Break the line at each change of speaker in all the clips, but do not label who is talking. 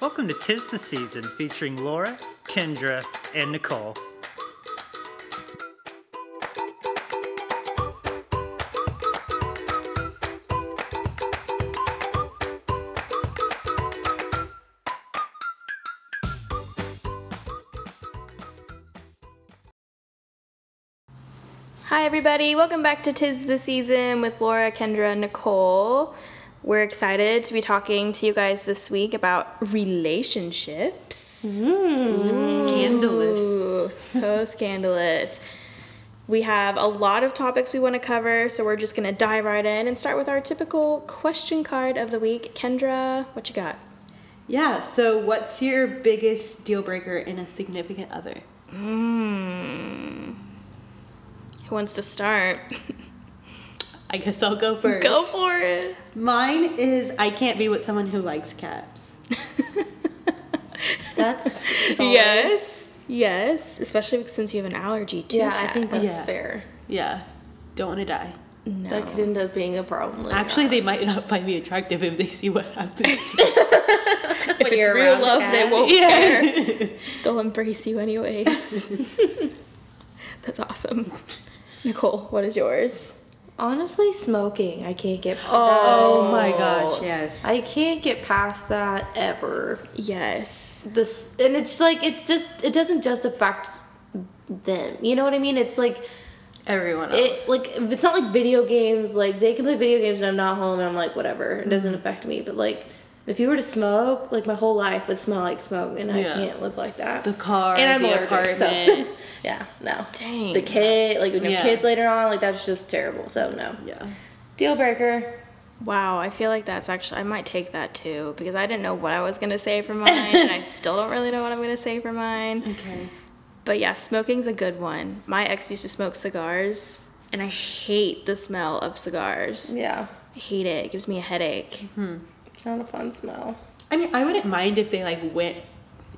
Welcome to Tis the Season featuring Laura, Kendra, and Nicole.
Hi, everybody. Welcome back to Tis the Season with Laura, Kendra, and Nicole. We're excited to be talking to you guys this week about relationships.
Mm-hmm.
Scandalous.
Ooh, so scandalous. We have a lot of topics we want to cover, so we're just going to dive right in and start with our typical question card of the week. Kendra, what you got?
Yeah, so what's your biggest deal breaker in a significant other?
Who wants to start?
I guess I'll go first.
Go for it.
Mine is I can't be with someone who likes cats. That's solid.
Yes. Yes, especially since you have an allergy to Oh,
Yeah, I think
cats.
that's
Yeah.
fair.
Yeah. Don't want to die.
No.
That could end up being a problem. Later
Actually,
on.
they might not find me attractive if they see what happens. To
if
When
it's
you're
real
around
love, they
cats.
won't care.
yeah.
They'll embrace you anyways. That's awesome. Nicole, what is yours?
honestly, smoking. I can't get.
Oh my gosh, yes.
I can't get past that ever.
Yes.
This and it's like it's just it doesn't just affect them. You know what I mean? It's like
Everyone else.
it like it's not like video games. Like they can play video games and I'm not home and I'm like whatever. It doesn't affect me. But like if you were to smoke, like my whole life would smell like smoke, and I
Yeah.
can't live like that.
the car,
and I'm
the
allergic, so-
apartment.
yeah, no.
Dang.
The kid, like when you have
Yeah.
kids later on, like that's just terrible. So no.
Yeah.
Deal breaker.
Wow, I feel like that's actually I might take that too because I didn't know what I was gonna say for mine and I still don't really know what I'm gonna say for mine.
Okay.
But yeah, smoking's a good one. My ex used to smoke cigars and I hate the smell of cigars.
Yeah.
I hate it. It gives me a headache.
It's not a fun smell.
I mean, I wouldn't mind if they like went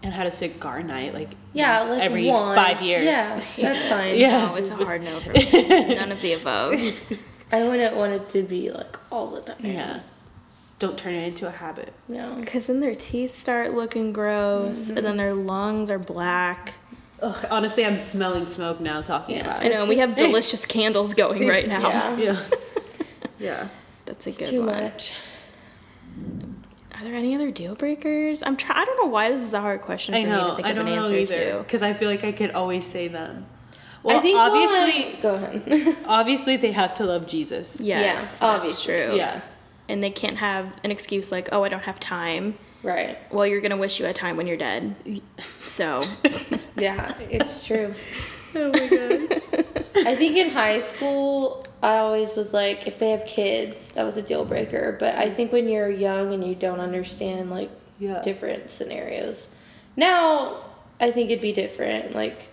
and had a cigar night, like
Yeah,
once
like
every
once.
five years.
Yeah, that's fine.
Yeah.
No, it's a hard no for me. None of the above.
I wouldn't want it to be like all the time.
Yeah. Don't turn it into a habit.
No.
Because then their teeth start looking gross, and then their lungs are black.
Ugh, honestly, I'm smelling smoke now talking
Yeah.
about
I
it.
know, and we have delicious candles going right now.
Yeah.
Yeah. yeah.
That's a good
Too
one.
much.
Are there any other deal breakers? I'm try- I don't know why this is a hard question for
I
me to
know.
think
I
of
don't
an
know
answer
either
to.
because I feel like I could always say them. Well,
I think
uh,
obviously,
one- go ahead.
obviously they have to love Jesus.
Yes,
Yeah,
that's
obviously.
true.
Yeah.
And they can't have an excuse like, oh, I don't have time.
right.
Well, you're going to wish you had time when you're dead. So,
Yeah, it's true.
Oh my god.
I think in high school, I always was like, if they have kids, that was a deal breaker. But I think when you're young and you don't understand like
Yeah.
different scenarios, now I think it'd be different. Like,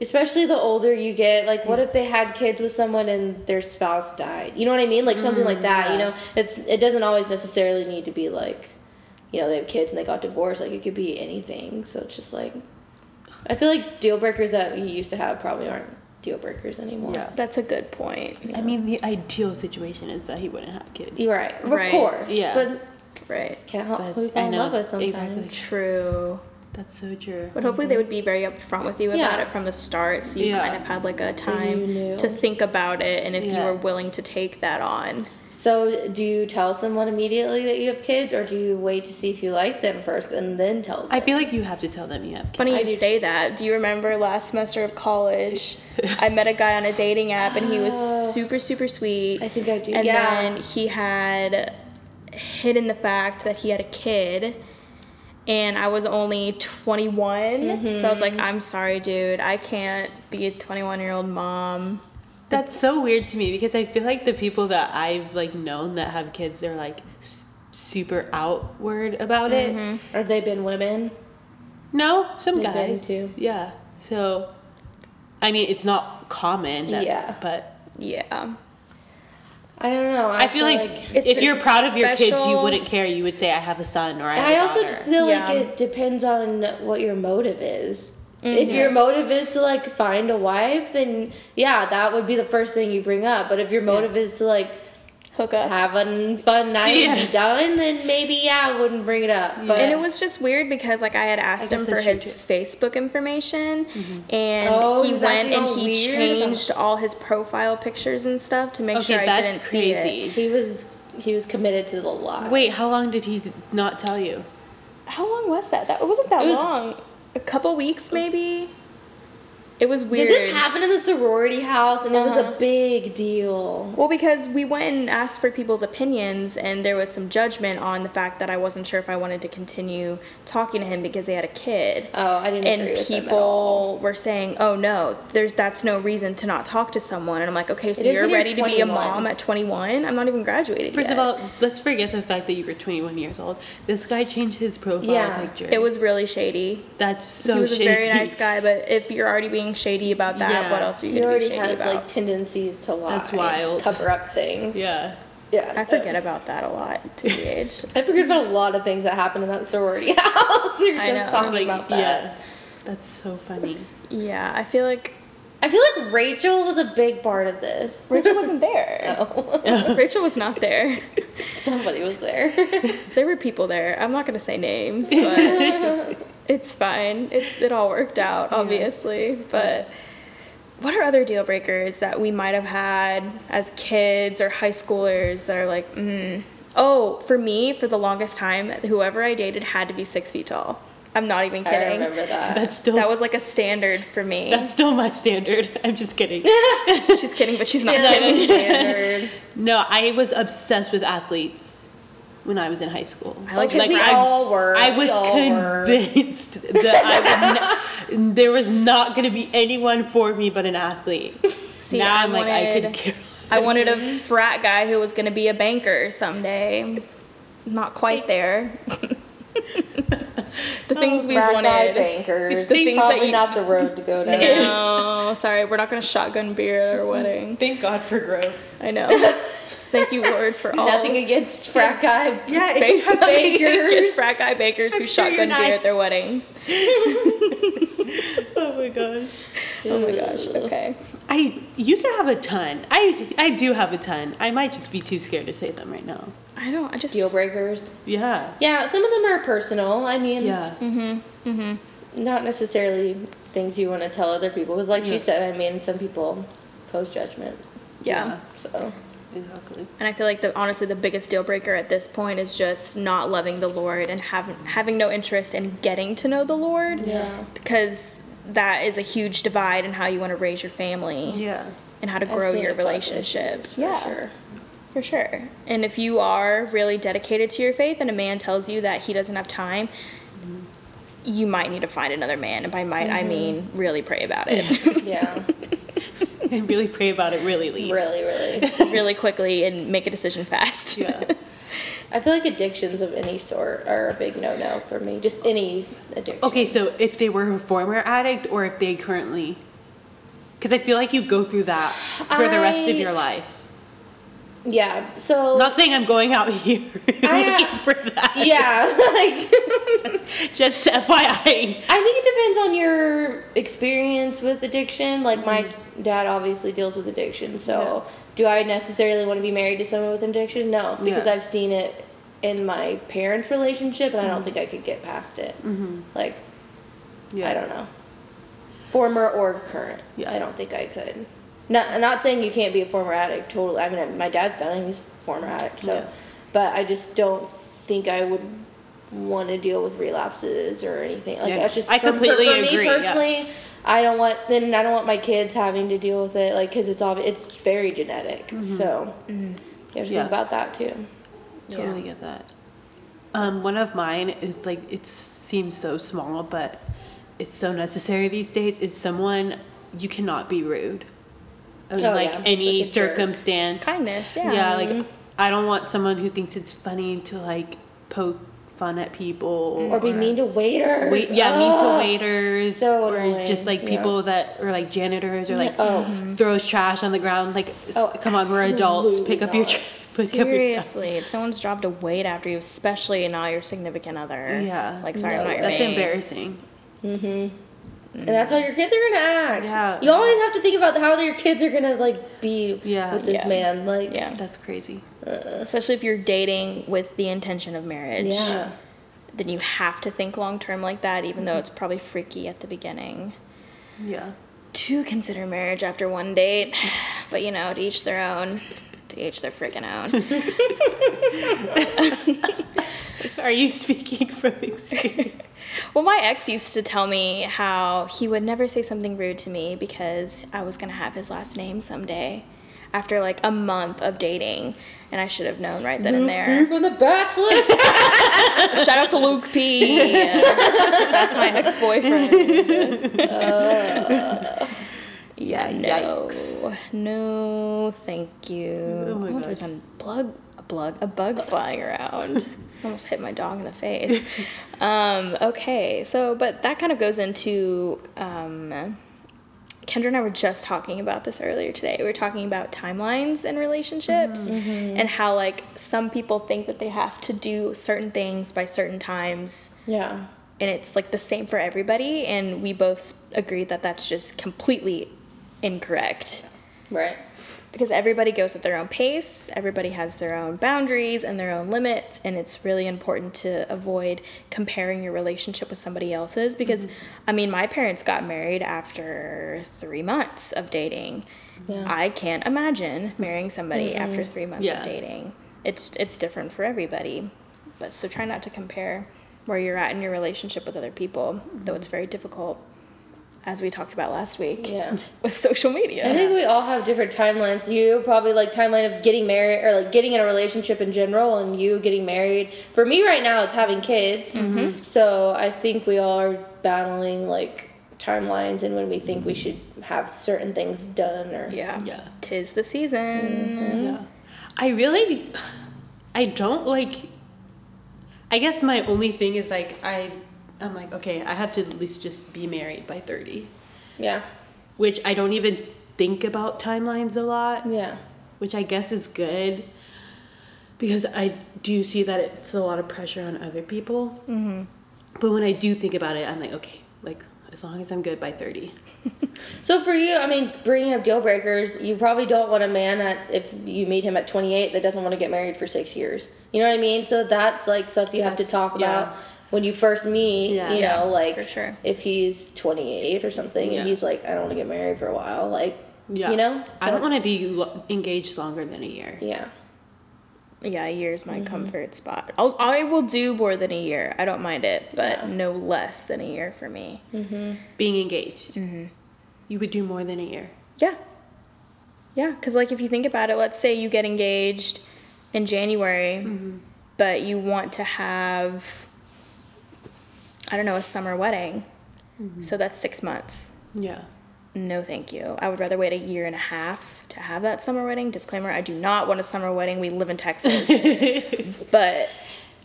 especially the older you get, like, what if they had kids with someone and their spouse died? You know what I mean? Like something like that. You
Mm, yeah.
know, it's it doesn't always necessarily need to be like, you know, they have kids and they got divorced. Like it could be anything. So it's just like. I feel like deal breakers that we used to have probably aren't deal breakers anymore.
Yeah.
that's a good point.
I mean, the ideal situation is that he wouldn't have kids.
You're right. Of
Right.
course.
Yeah.
But
Right.
can't help
But
who you
I
fall in
know,
love with sometimes.
exactly.
True.
That's so true.
But hopefully they would be very upfront with you about
Yeah.
it from the start, so you
Yeah.
kind of had like a
you
time
knew.
to think about it and if you
Yeah.
were willing to take that on.
So do you tell someone immediately that you have kids or do you wait to see if you like them first and then tell them?
I feel like you have to tell them you have kids.
Funny
I
you
do-
say that. Do you remember last semester of college? I met a guy on a dating app and he was super super sweet.
Oh. I think I do.
And
yeah.
then he had hidden the fact that he had a kid. And I was only 21. So I was
Mm-hmm.
like, I'm sorry, dude. I can't be a 21 year old mom.
That's so weird to me because I feel like the people that I've like known that have kids, they're like s- super outward about
Mm-hmm.
it.
or have they been women?
No, some
Like men
guys
too.
Yeah. So, I mean, it's not common. That,
Yeah.
But
Yeah.
I don't know. I,
I feel like,
If
if
there's
you're proud of your kids, you
special-
wouldn't care. You would say, "I have a son," or "I have
I
a
also
daughter."
feel
Yeah.
like it depends on what your motive is. If
Mm-hmm.
your motive is to like find a wife, then yeah, that would be the first thing you bring up. But if your motive is to like
hook up.
have a fun night and
Yeah.
be done, then maybe yeah, I wouldn't bring it up. But
And it was just weird because like I had asked
guess
him for
that's true,
his Facebook information, and
Oh,
he
he was
went
acting
and
all
he
weird
changed all his profile pictures and stuff to make
Okay,
sure I
that's
didn't see it.
crazy.
he was he was committed to the lie.
Wait, how long did he not tell you?
How long was that? That it wasn't that
It was-
long. A couple weeks maybe. It was
did
weird.
this happen in the sorority house? And it was
Uh-huh.
a big deal.
Well, because we went and asked for people's opinions, and there was some judgment on the fact that I wasn't sure if I wanted to continue talking to him because he had a kid.
Oh, I didn't agree
and
with him at all.
people were saying, "Oh no, there's that's no reason to not talk to someone." And I'm like, "Okay, so
It is
you're
when you're
ready to be a
21.
mom at 21? I'm not even graduated
First
yet."
of all, let's forget the fact that you were 21 years old. This guy changed his profile
Yeah.
picture.
it was really shady.
that's so
he was
shady.
a very nice guy, but if you're already being shady about that,
Yeah.
what else are you
He
going to be
already
shady
has
about?
like tendencies to lie.
That's wild.
Cover up things.
Yeah.
Yeah.
I forget about that a lot, teenage.
I forget about a lot of things that happened in that sorority house. we were
I
just
know.
talking
Like,
about that.
yeah. That's so funny.
yeah, I feel like
I feel like Rachel was a big part of this.
Rachel wasn't there. Rachel was not there.
Somebody was there.
There were people there. I'm not going to say names, but it's fine. It, it all worked out, obviously. But what are other deal breakers that we might have had as kids or high schoolers that are like, mm. oh, for me, for the longest time, whoever I dated had to be six feet tall. I'm not even
I
kidding.
remember that.
That's still
That was like a standard for me.
that's still my standard. I'm just kidding.
she's kidding, but she's not
Yeah, that
kidding.
was standard.
No, I was obsessed with athletes when I was in high school.
I like
Because we
I-
all were.
I
We
was
all were.
convinced that I would not, there was not going to be anyone for me but an athlete.
See,
now
I
am like, I could
wanted-
care.
I wanted a frat guy who was going to be a banker someday. Not quite there.
Oh,
the things we
Rad guy
wanted.
bankers.
The things that
Probably
you-
not the road to go down.
No, sorry, we're not going to shotgun beer at our wedding.
Thank God for growth.
I know. Thank you, Lord, for all.
Nothing against frat guy.
Yeah,
Bank-
Bankers.
It's frat guy bakers who
I'm sure you're
shotgun beer at their weddings.
nice. oh my gosh.
Oh my gosh. Okay.
I used to have a ton. I I do have a ton. I might just be too scared to say them right now.
I don't. I just.
Deal breakers.
Yeah.
Yeah, some of them are personal. I mean,
Yeah.
not necessarily things you want to tell other people. Because, like she said, I mean, some people post judgment.
yeah.
So
Exactly.
And I feel like the honestly the biggest deal breaker at this point is just not loving the Lord and having having no interest in getting to know the Lord.
Yeah.
Because that is a huge divide in how you want to raise your family
Yeah.
and how to
I've
grow
seen
your
it cause
relationship.
issues, for sure.
For sure. And if you are really dedicated to your faith and a man tells you that he doesn't have time, you might need to find another man. And by might I mean really pray about it.
yeah,
And really pray about it really least.
really, really.
really quickly and make a decision fast.
Yeah.
I feel like addictions of any sort are a big no-no for me. Just any addiction.
Okay, so if they were a former addict or if they currently because I feel like you go through that for the rest of
I-
your life.
Yeah. So.
I'm not saying I'm going out here
I, uh,
looking for that.
yeah, like
Just FYI.
I think it depends on your experience with addiction. Like my dad obviously deals with addiction, so do I necessarily want to be married to someone with addiction? No, because
Yeah.
I've seen it in my parents' relationship, and I don't think I could get past it. Like
Yeah.
I don't know, former or current.
Yeah.
I don't think I could. Not I'm not saying you can't be a former addict. Totally. I mean, my dad's done it. He's a former addict. So,
Yeah.
but I just don't think I would want to deal with relapses or anything. Like
Yeah,
that's just
I
for- for-
completely
for,
agree,
me
yeah.
personally. I don't want then I don't want my kids having to deal with it like because it's obvi- it's very genetic. So you have to
Mm-hmm. Yeah.
think about that too.
Totally get that. Um, one of mine is like it seems so small, but it's so necessary these days. Is someone you cannot be rude in
Oh,
like
yeah.
any
Just a jerk.
circumstance.
Kindness, yeah.
Yeah, like I don't want someone who thinks it's funny to like poke fun at people
Or be mean to waiters.
Wait, yeah,
Ugh.
mean to waiters
so
or
annoying.
just like
Yeah.
people that are like janitors or like
Oh.
throws trash on the ground. Like, s-
Oh,
come on, we're adults. Pick
absolutely
up your
not.
trash. Pick up
Seriously, it's someone's job to wait after you, especially not your significant other.
your trash. Yeah,
Like, sorry, I'm
No,
not your
that's
maid.
embarrassing.
and that's how your kids are gonna act.
Yeah.
You always have to think about how your kids are gonna like be
Yeah.
with this
Yeah.
man. Like
Yeah.
That's crazy.
Especially if you're dating with the intention of marriage.
yeah.
Then you have to think long term like that, even though it's probably freaky at the beginning
Yeah.
to consider marriage after one date. But you know, to each their own. To each their freaking own.
Are you speaking from experience?
well, my ex used to tell me how he would never say something rude to me because I was going to have his last name someday after like a month of dating. And I should have known right then and there.
You're from The Bachelor.
Shout out to Luke P. That's my ex boyfriend. yeah, no. No, thank you.
Oh my
Oh,
God.
there's a plug, a plug, a bug flying around. Almost hit my dog in the face. Um, okay, so, but that kind of goes into. Um, Kendra and I were just talking about this earlier today. We were talking about timelines and relationships
Mm-hmm.
and how, like, some people think that they have to do certain things by certain times,
yeah.
and it's like the same for everybody. And we both agreed that that's just completely incorrect
Right.
because everybody goes at their own pace, everybody has their own boundaries and their own limits, and it's really important to avoid comparing your relationship with somebody else's because
Mm-hmm.
I mean, my parents got married after 3 months of dating.
Yeah.
I can't imagine marrying somebody after 3 months
Yeah.
of dating. It's it's different for everybody. But so try not to compare where you're at in your relationship with other people, though it's very difficult as we talked about last week
Mm-hmm. Yeah.
with social media.
I think we all have different timelines. You probably like timeline of getting married or like getting in a relationship in general, and you getting married. For me right now, it's having kids.
Mm-hmm.
So I think we all are battling like timelines and when we think we should have certain things done or
Yeah.
Yeah.
Tis the season.
Yeah. Mm. I really, I don't like. I guess my only thing is like I, I'm like okay, I have to at least just be married by thirty,
yeah,
which I don't even think about timelines a lot,
yeah.
which I guess is good, because I do see that it's a lot of pressure on other people. Mm-hmm. But when I do think about it, I'm like okay, like as long as I'm good by thirty.
So for you, I mean, bringing up deal breakers, you probably don't want a man that if you meet him at 28 that doesn't want to get married for six years. You know what I mean? So that's like stuff you have to
That's-
talk
yeah.
about when you first meet.
Yeah.
You
Yeah,
know, like
for sure.
if he's 28 or something,
Yeah.
and he's like, I don't want to get married for a while. Like,
Yeah.
you know,
I don't want to be lo- engaged longer than a year.
Yeah.
Yeah, a year's my comfort spot. I'll, I will do more than a year. I don't mind it, but
Yeah.
no less than a year for me.
Being engaged, you would do more than a year.
Yeah. Yeah, because, like, if you think about it, let's say you get engaged in January, but you want to have, I don't know, a summer wedding. So that's six months.
Yeah.
No, thank you. I would rather wait a year and a half to have that summer wedding. Disclaimer I do not want a summer wedding. We live in Texas. but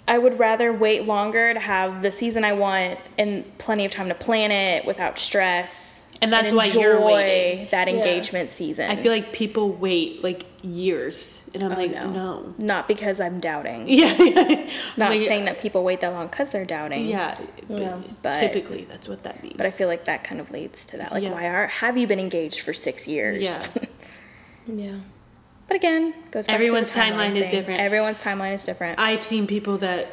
I would rather wait longer to have the season I want and plenty of time to plan it without stress.
And that's why you're
enjoy
waiting.
That
Yeah.
engagement season.
I feel like people wait like years, and I'm like, no.
Not because I'm doubting.
Yeah, yeah.
Not
Like,
saying that people wait that long because they're doubting.
Yeah, but
Yeah.
But-
typically that's what that means.
But I feel like that kind of leads to that. Like,
Yeah.
why are, have you been engaged for six years?
yeah,
Yeah.
But again, goes back
Everyone's
to the timeline,
timeline is
thing.
different.
Everyone's timeline is different.
I've seen people that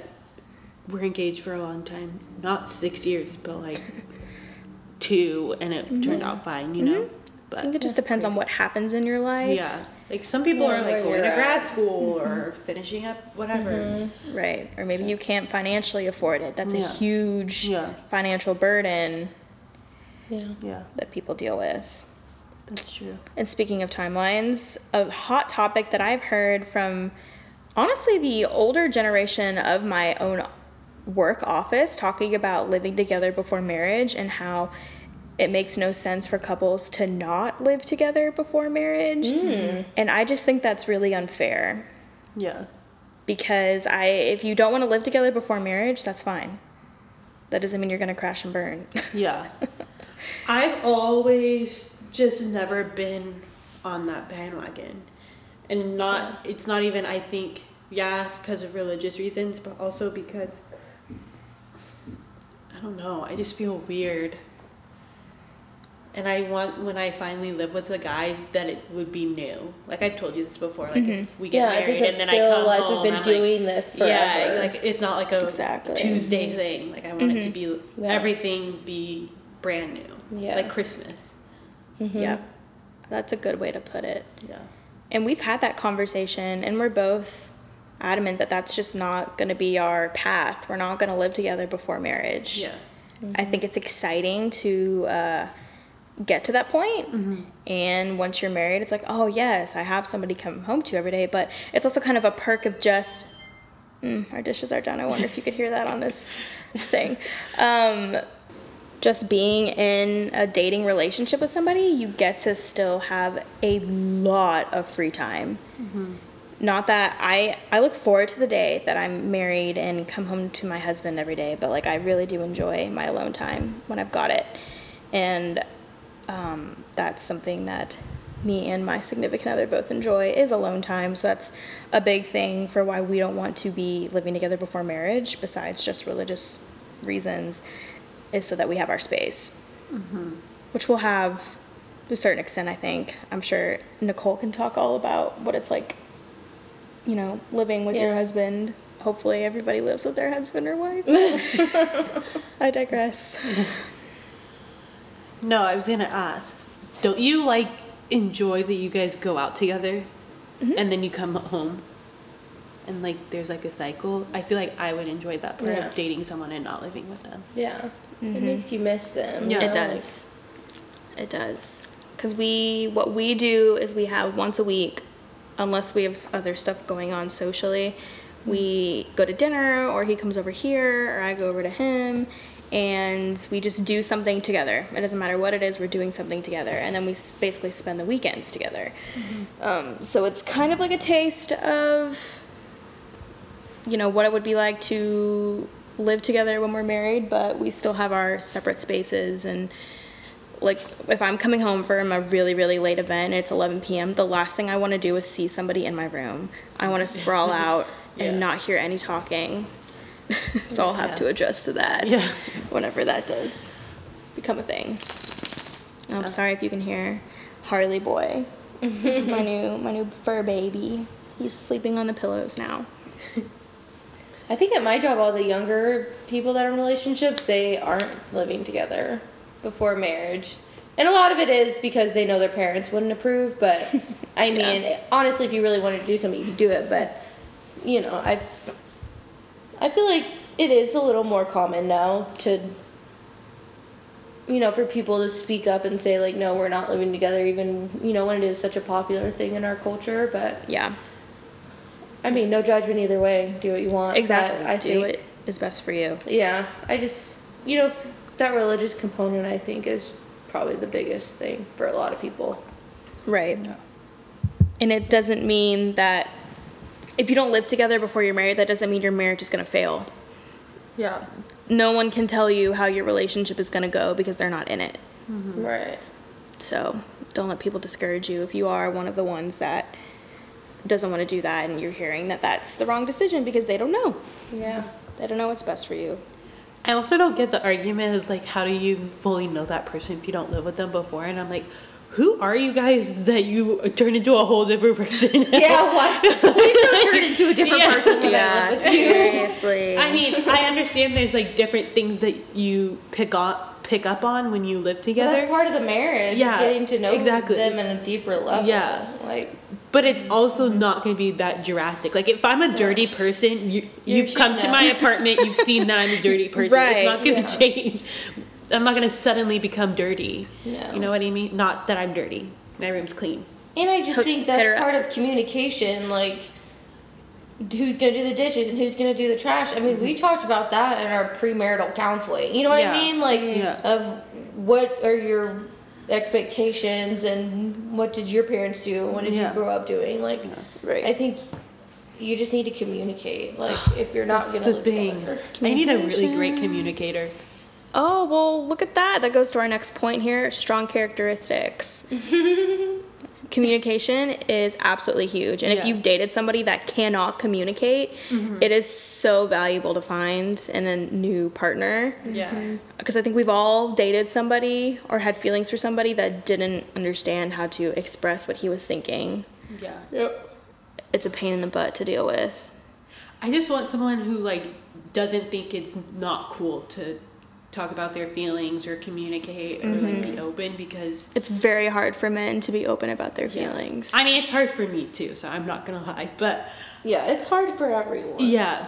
were engaged for a long time, not six years, but like two, and it turned out fine, you know.
I Mm-hmm. think
But
it just depends on what happens in your life.
yeah, like some people
Yeah,
are
where
like going
you're
to
at.
grad school
Mm-hmm.
or finishing up whatever.
Right. Or maybe you can't financially afford it. That's
Yeah.
a huge
Yeah.
financial burden
Yeah.
Yeah,
that people deal with.
that's true.
And speaking of timelines, a hot topic that I've heard from honestly the older generation of my own work office talking about living together before marriage and how it makes no sense for couples to not live together before marriage.
Mm.
And I just think that's really unfair.
Yeah,
because I if you don't want to live together before marriage, that's fine. That doesn't mean you're going to crash and burn.
Yeah. I've always just never been on that bandwagon. And not, it's not even, I think, yeah, because of religious reasons, but also because, I don't know, I just feel weird and I want when I finally live with a guy that it would be new. Like I've told you this before. Like if we get
Mm-hmm. yeah, it
married and
doesn't
then
feel
I come
like
home,
we've been
I'm like,
doing this forever. Mm-hmm.
yeah, like it's not like a
Exactly.
Tuesday thing. Like I want it to be
Yeah.
everything be brand new.
Yeah.
like Christmas.
Yep. That's a good way to put it.
Yeah,
And we've had that conversation, and we're both adamant that that's just not going to be our path. We're not going to live together before marriage.
yeah.
I think it's exciting to uh, get to that point. And once you're married, it's like, oh, yes, I have somebody come home to every day. But it's also kind of a perk of just, mm, our dishes are done. I wonder if you could hear that on this thing. Um, just being in a dating relationship with somebody, you get to still have a lot of free time. Not that I I look forward to the day that I'm married and come home to my husband every day, but like I really do enjoy my alone time when I've got it, and um, that's something that me and my significant other both enjoy is alone time. So that's a big thing for why we don't want to be living together before marriage, besides just religious reasons, is so that we have our space, which we'll have to a certain extent. I think I'm sure Nicole can talk all about what it's like, you know, living with your
Yeah.
husband. Hopefully, everybody lives with their husband or wife. I digress.
No, I was gonna ask. Don't you like enjoy that you guys go out together,
Mm-hmm.
and then you come home, and like there's like a cycle? I feel like I would enjoy that part
Yeah.
of dating someone and not living with them.
yeah. It makes you miss them.
Yeah.
you
Mm-hmm. It
know, like-
does. It does. Because we, what we do is we have once a week, unless we have other stuff going on socially, we go to dinner or he comes over here or I go over to him and we just do something together. It doesn't matter what it is, we're doing something together. And then we s- basically spend the weekends together. Um, so it's kind of like a taste of you know what it would be like to live together when we're married but we still have our separate spaces and like if i'm coming home from a really really late event and it's 11 p.m the last thing i want to do is see somebody in my room i want to sprawl out and
Yeah.
not hear any talking so i'll have to adjust to that
Yeah.
whenever that does become a thing Oh, i'm sorry if you can hear harley boy this is my new my new fur baby he's sleeping on the pillows now
I think at my job, all the younger people that are in relationships, they aren't living together before marriage. And a lot of it is because they know their parents wouldn't approve, but I mean, honestly, if you really wanted to do something, you could do it, but you know, I I feel like it is a little more common now to you know, for people to speak up and say like no, we're not living together even, you know, when it is such a popular thing in our culture, but
yeah
I mean, no judgment either way. Do what you want. but
Exactly.
I
do
think
what is best for you.
Yeah, I just you know f- that religious component I think is probably the biggest thing for a lot of people.
Right. And it doesn't mean that if you don't live together before you're married, that doesn't mean your marriage is going to fail.
Yeah.
No one can tell you how your relationship is going to go because they're not in it.
Right.
So don't let people discourage you if you are one of the ones that doesn't want to do that and you're hearing that that's the wrong decision because they don't know.
Yeah.
They don't know what's best for you.
I also don't get the argument is like, how do you fully know that person if you don't live with them before? And I'm like, who are you guys that you turn into a whole different person?
Yeah. What? Please don't turn into a different
Yeah.
person when I live with you.
seriously.
I mean, I understand there's like different things that you pick up pick up on when you live
But
together,
that's part of the marriage. is
Yeah,
Getting to know
exactly.
them in a deeper level.
Yeah.
Like
but it's also not going to be that drastic. Like if I'm a dirty person, you
You've
you've come
seen
to
that.
my apartment, you've seen that I'm a dirty person.
Right,
It's not going
yeah.
to change. I'm not going to suddenly become dirty.
No.
You know what I mean? Not that I'm dirty. My room's clean.
And I just
Hook-
think
hit her
that's
up.
part of communication, like who's gonna do the dishes and who's gonna do the trash. I mean, we talked about that in our premarital counseling. You know what
Mm-hmm. Yeah.
I mean? Like
Yeah.
of what are your expectations and what did your parents do? What did
Yeah.
you grow up doing? Like,
Right.
I think you just need to communicate. Like, if you're not
That's
gonna
the
live
thing.
together.
I need a really great communicator.
Oh, well, look at that. That goes to our next point here strong characteristics. communication is absolutely huge. And if
Yeah. Mm-hmm.
you've dated somebody that cannot communicate, it is so valuable to find in a new partner.
Yeah.
Because I think we've all dated somebody or had feelings for somebody that didn't understand how to express what he was thinking.
Yeah. Yep.
It's a pain in the butt to deal with.
I just want someone who like doesn't think it's not cool to talk about their feelings or communicate or like be open because
It's very hard for men to be open about their
Yeah.
feelings.
I mean it's hard for me too, so I'm not gonna lie. But
Yeah, it's hard for everyone.
yeah.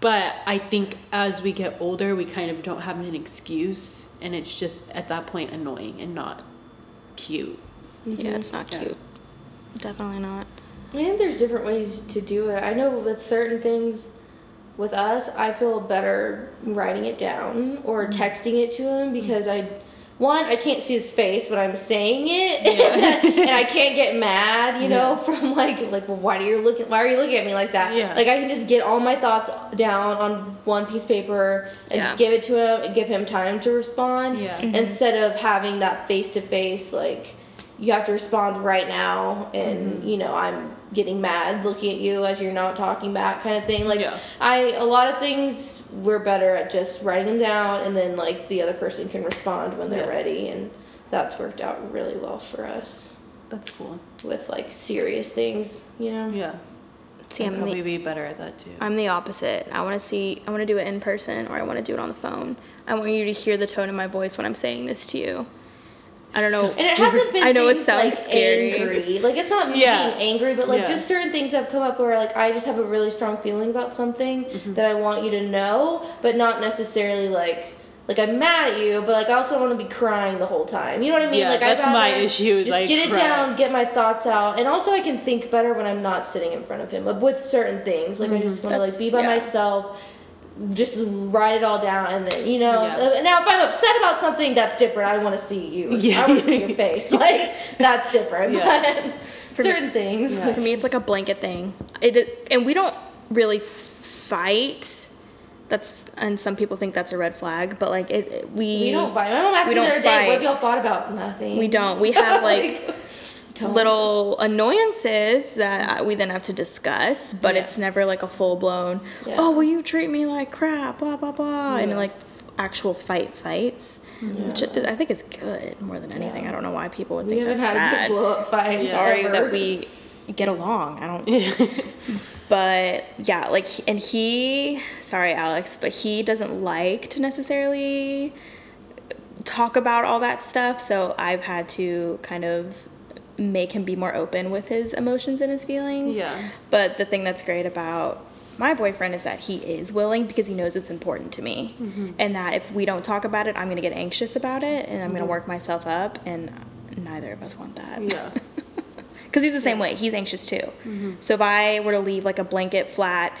But I think as we get older we kind of don't have an excuse and it's just at that point annoying and not cute.
yeah, it's not
Mm-hmm. Yeah.
cute. Definitely not.
I think there's different ways to do it. I know with certain things, with us, I feel better writing it down or
Mm-hmm.
texting it to him because I, one, I can't see his face when I'm saying it, and I can't get mad, you know, from like like well, why do you looking why are you looking at me like that?
Yeah.
Like I can just get all my thoughts down on one piece of paper and
Yeah.
just give it to him and give him time to respond
Yeah. Mm-hmm.
instead of having that face to face like you have to respond right now and
Mm-hmm.
you know i'm getting mad looking at you as you're not talking back kind of thing like
Yeah.
i a lot of things we're better at just writing them down and then like the other person can respond when they're
Yeah.
ready and that's worked out really well for us
That's cool.
with like serious things you know
Yeah.
See,
I'd
I'm
probably
the,
be better at that too.
I'm the opposite. I want to see, I want to do it in person or I want to do it on the phone. I want you to hear the tone in my voice when I'm saying this to you. I don't know.
And it hasn't been.
I know it
things,
sounds
like,
scary.
Angry. Like it's not me
Yeah.
being angry, but like
Yeah.
just certain things have come up where like I just have a really strong feeling about something
Mm-hmm.
that I want you to know, but not necessarily like. Like I'm mad at you, but like I also want to be crying the whole time. You know what I mean?
Yeah,
like
that's
I'd
my
rather
issue is
Just
I
get it
cry.
down, get my thoughts out, and also I can think better when I'm not sitting in front of him. Like with certain things, like I just want to like be
Mm-hmm. That's-
by
yeah.
myself, just write it all down, and then you know.
Yeah.
uh, Now if I'm upset about something, that's different. I want to see you.
Yeah.
I want to see your face. Like that's different.
Yeah.
But certain things.
For me, it's like a blanket thing. It and we don't really fight. That's and some people think that's a red flag, but like it, it- we
We don't fight. My mom asked
We
me the
don't
other day, "What have
fight.
y'all thought about?" Nothing.
We don't. We have, like,
don't.
little annoyances that we then have to discuss, but
Yeah.
it's never like a full blown.
Yeah.
Oh, will you treat me like crap? Blah blah blah, and like actual fight fights, which I think is good more than anything. I don't know why people would
We
think
haven't
that's
had a
bad.
big blow up fight.
sorry
ever.
that we get along. I don't. but yeah, like, he- and he, sorry, Alex, but he doesn't like to necessarily talk about all that stuff. So I've had to kind of make him be more open with his emotions and his feelings.
Yeah.
But the thing that's great about my boyfriend is that he is willing because he knows it's important to me.
Mm-hmm.
And that if we don't talk about it, I'm going to get anxious about it and I'm going to work myself up. And neither of us want that
Mm-hmm. Yeah.
because he's the same way. He's anxious too.
Mm-hmm.
So if I were to leave like a blanket flat,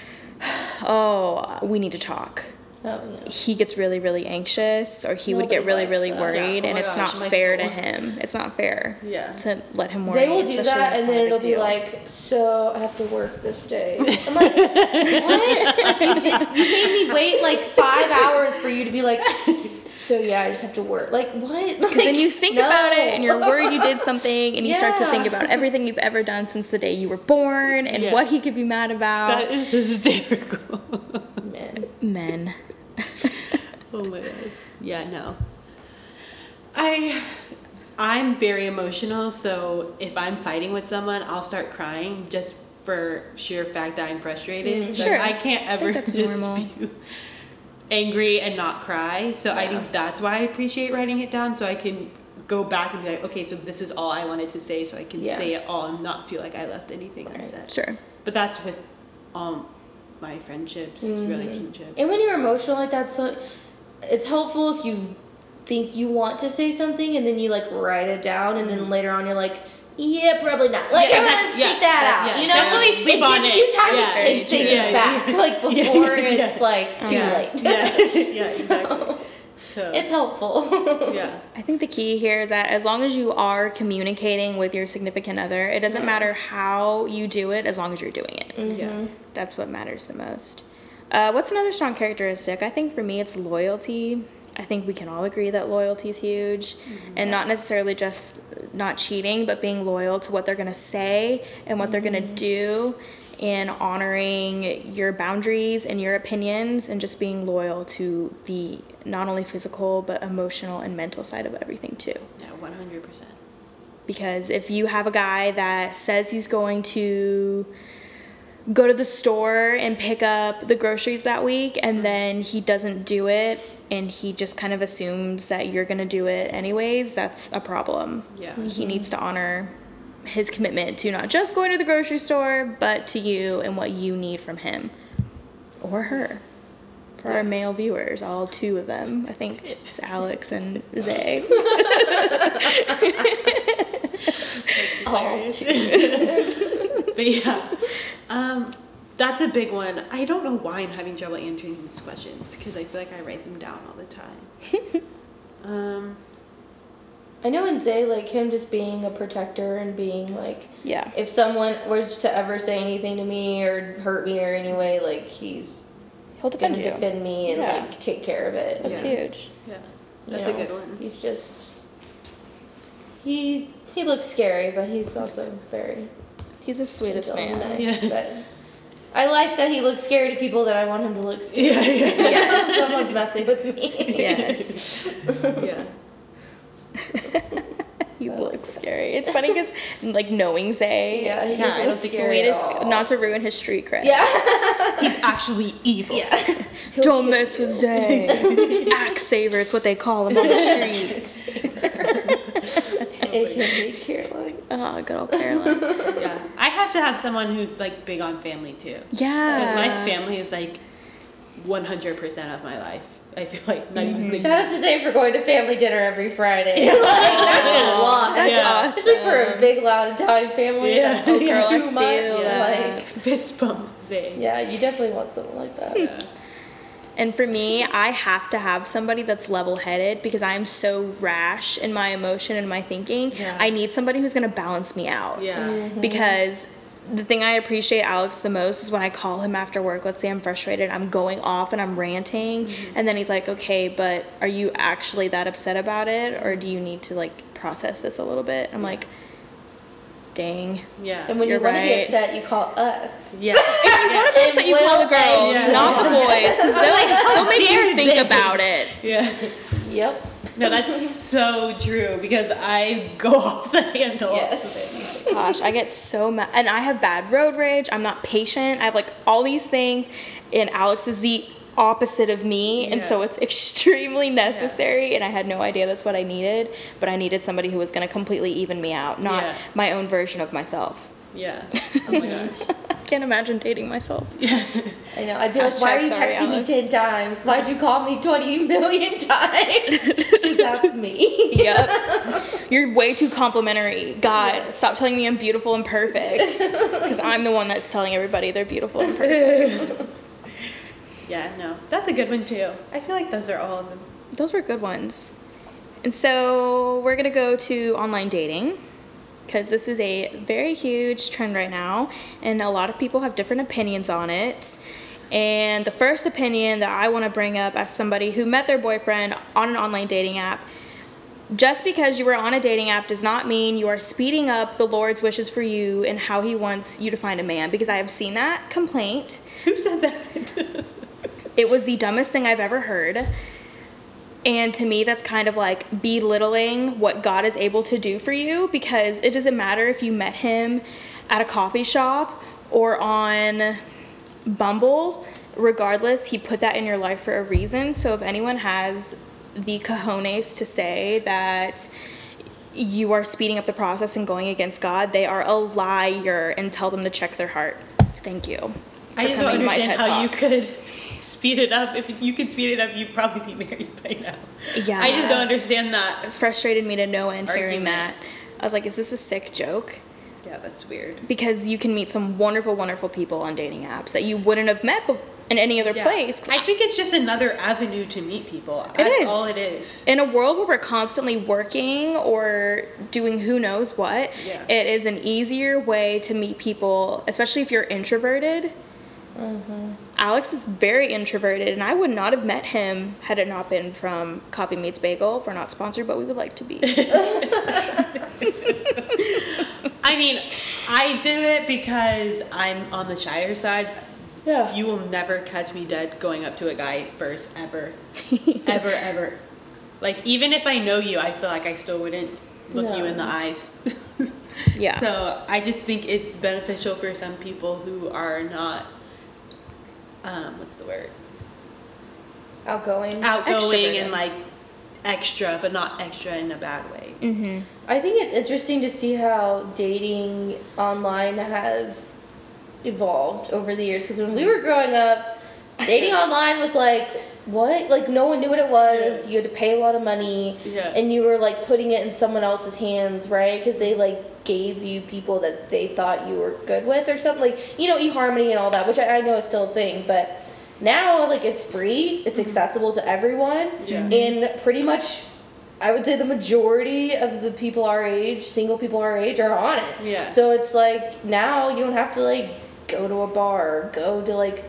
oh, we need to talk.
Oh, yeah.
He gets really, really anxious, or he would get
Nobody
really,
likes
really
that.
worried,
Yeah. Oh
and
my
it's
gosh, my
not fair to
soul.
him. It's not fair.
Yeah.
To let him worry.
They will do
especially
that,
when it's
and
not a
then
big
it'll be
deal.
like, "So I have to work this day." I'm like, "What? Like, you, did, you made me wait like five hours for you to be like, so yeah, I just have to work." Like, what? Like,
Because then you think
no.
about it and you're worried you did something and you start to
Yeah.
think about everything you've ever done since the day you were born and
Yeah.
what he could be mad about.
That is hysterical.
Man.
Men.
Oh my god. Yeah, no. I I'm very emotional, so if I'm fighting with someone, I'll start crying just for sheer fact that I'm frustrated. Like,
Mm-hmm. Sure.
I can't ever
that's
just
normal.
be angry and not cry. So I think that's why I appreciate writing it down so I can go back and be like, okay, so this is all I wanted to say, so I can
Yeah.
say it all and not feel like I left anything unsaid.
Sure.
But that's with um my friendships,
Mm-hmm.
relationships.
And when you're emotional like that, so it's helpful if you think you want to say something and then you like write it down, and then later on you're like, "Yeah, probably not." Like,
Mm-hmm. Yeah,
I'm
that's-
gonna
yeah,
take that
that's-
out.
yeah.
You know,
Definitely sleep
it
on
gives
it.
you time
Yeah,
to take
very
things
true. Yeah,
back,
yeah.
like
Yeah,
before it's
yeah.
like too
Yeah.
late.
yeah, yeah, exactly. So
It's helpful.
yeah,
I think the key here is that as long as you are communicating with your significant other, it doesn't matter how you do it as long as you're doing it.
yeah,
That's what matters the most. Uh, what's another strong characteristic? I think for me it's loyalty. I think we can all agree that loyalty is huge, and not necessarily just not cheating, but being loyal to what they're gonna say and what they're gonna do, and honoring your boundaries and your opinions, and just being loyal to the not only physical but emotional and mental side of everything too
Yeah, one hundred percent.
because if you have a guy that says he's going to go to the store and pick up the groceries that week and then he doesn't do it and he just kind of assumes that you're going to do it anyways, that's a problem.
Yeah.
He needs to honor his commitment to not just going to the grocery store, but to you and what you need from him or her. For our male viewers, all two of them. I think it's Alex and Zay.
Oh,
But yeah, um, that's a big one. I don't know why I'm having trouble answering these questions because I feel like I write them down all the time. um,
I know in Zay, like him just being a protector and being like,
Yeah.
if someone was to ever say anything to me or hurt me or any way, like he's
He'll
gonna
defend you.
defend me and
Yeah.
like take care of it.
That's
Yeah.
huge.
yeah,
You
that's a
know,
good one.
He's just he he looks scary, but he's also very
He's the sweetest
gentle and
man.
Nice,
Yeah.
but I like that he looks scary to people that I want him to look scary.
Yeah, yeah,
Yes. Someone's messing with me.
Yes.
yeah.
he looks scary. It's funny because, like, knowing Zay,
Yeah, he
he's
doesn't
the
look scary at
sweetest.
all.
Not to ruin his street cred.
Yeah.
He's actually evil.
Yeah.
Don't mess with Zay. Axe saver is what they call him on the streets.
It can be Caroline.
oh, good old Caroline.
Yeah. I have to have someone who's like big on family too. Because
Yeah.
my family is like 100% of my life. I feel like not even thinking.
Shout out to Zay for going to family dinner every Friday. Like, that's a lot.
That's
Yeah.
awesome.
Especially for a big, loud Italian family.
Yeah.
That's a little
Yeah.
too
Girl, I
much.
feel that.
Like,
Fist bump Zay.
yeah, you definitely want someone like that.
Yeah.
And for me, I have to have somebody that's level headed because I'm so rash in my emotion and my thinking.
Yeah.
I need somebody who's going to balance me out.
Yeah.
Mm-hmm. because the thing I appreciate Alex the most is when I call him after work. Let's say I'm frustrated, I'm going off and I'm ranting, and then he's like, "Okay, but are you actually that upset about it, or do you need to like process this a little bit?" I'm like, "Dang,
Yeah.
And when
You're
you want to be
right.
upset, you call us.
yeah.
you want to be upset? You
Well,
call the girls,
yeah.
not the boys, because they'll, they'll make you think about it."
Yeah.
Yep.
No, that's so true because I go off the handle.
Yes.
Gosh, I get so mad, and I have bad road rage. I'm not patient. I have like all these things, and Alex is the opposite of me, and so
Yeah.
it's extremely necessary. And I had no idea that's what I needed, but I needed somebody who was going to completely even me out, not
Yeah.
my own version of myself.
Yeah. Oh my gosh.
I can't imagine dating myself.
I know. I'd be like, why are
Hashtag
you
sorry,
texting
Alex."
me 10 times? Why'd you call me 20 million times? 'Cause that's me.
yep, you're way too complimentary. God, stop telling me I'm beautiful and perfect, because I'm the one that's telling everybody they're beautiful and perfect.
Yeah, no. That's a good one too. I feel like those are all of them.
Those were good ones. And so we're going to go to online dating because this is a very huge trend right now, and a lot of people have different opinions on it. And the first opinion that I want to bring up as somebody who met their boyfriend on an online dating app just because you were on a dating app does not mean you are speeding up the Lord's wishes for you and how He wants you to find a man, because I have seen that complaint.
Who said that?
It was the dumbest thing I've ever heard. And to me, that's kind of like belittling what God is able to do for you because it doesn't matter if you met him at a coffee shop or on Bumble. Regardless, he put that in your life for a reason. So if anyone has the cojones to say that you are speeding up the process and going against God, they are a liar and tell them to check their heart. Thank you.
I
for
just don't
coming to my
understand
TED
how you
Talk.
could speed it up. If you could speed it up, you'd probably be married by now.
Yeah.
I just don't understand that.
frustrated me to no end hearing
Argument.
that. I was like, is this a sick joke?
Yeah, that's weird.
Because you can meet some wonderful, wonderful people on dating apps that you wouldn't have met bef- in any other
Yeah.
place. 'Cause
I think it's just another avenue to meet people. That's
is.
all it is.
in a world where we're constantly working or doing who knows what,
Yeah.
it is an easier way to meet people, especially if you're introverted,
Mm-hmm.
Alex is very introverted, and I would not have met him had it not been from Coffee Meets Bagel. We're not sponsored, but we would like to be.
I mean, I do it because I'm on the shyer side.
Yeah.
You will never catch me dead going up to a guy first ever. ever, ever. Like, even if I know you, I feel like I still wouldn't look you in the eyes.
Yeah.
So I just think it's beneficial for some people who are not, um, what's the word?
Outgoing.
Outgoing
Extroverted.
and like extra, but not extra in a bad way.
Mm. I think it's interesting to see how dating online has evolved over the years. Because when we were growing up, dating online was like, what? Like, no one knew what it was.
Yeah.
You had to pay a lot of money.
Yeah.
And you were like putting it in someone else's hands, right? Because they like gave you people that they thought you were good with or something. Like, you know, eHarmony and all that, which I, I know is still a thing. But now, like, it's free, it's accessible to everyone.
Yeah.
And pretty much I would say the majority of the people our age, single people our age, are on it.
Yeah.
So it's like now you don't have to like go to a bar, or go to like,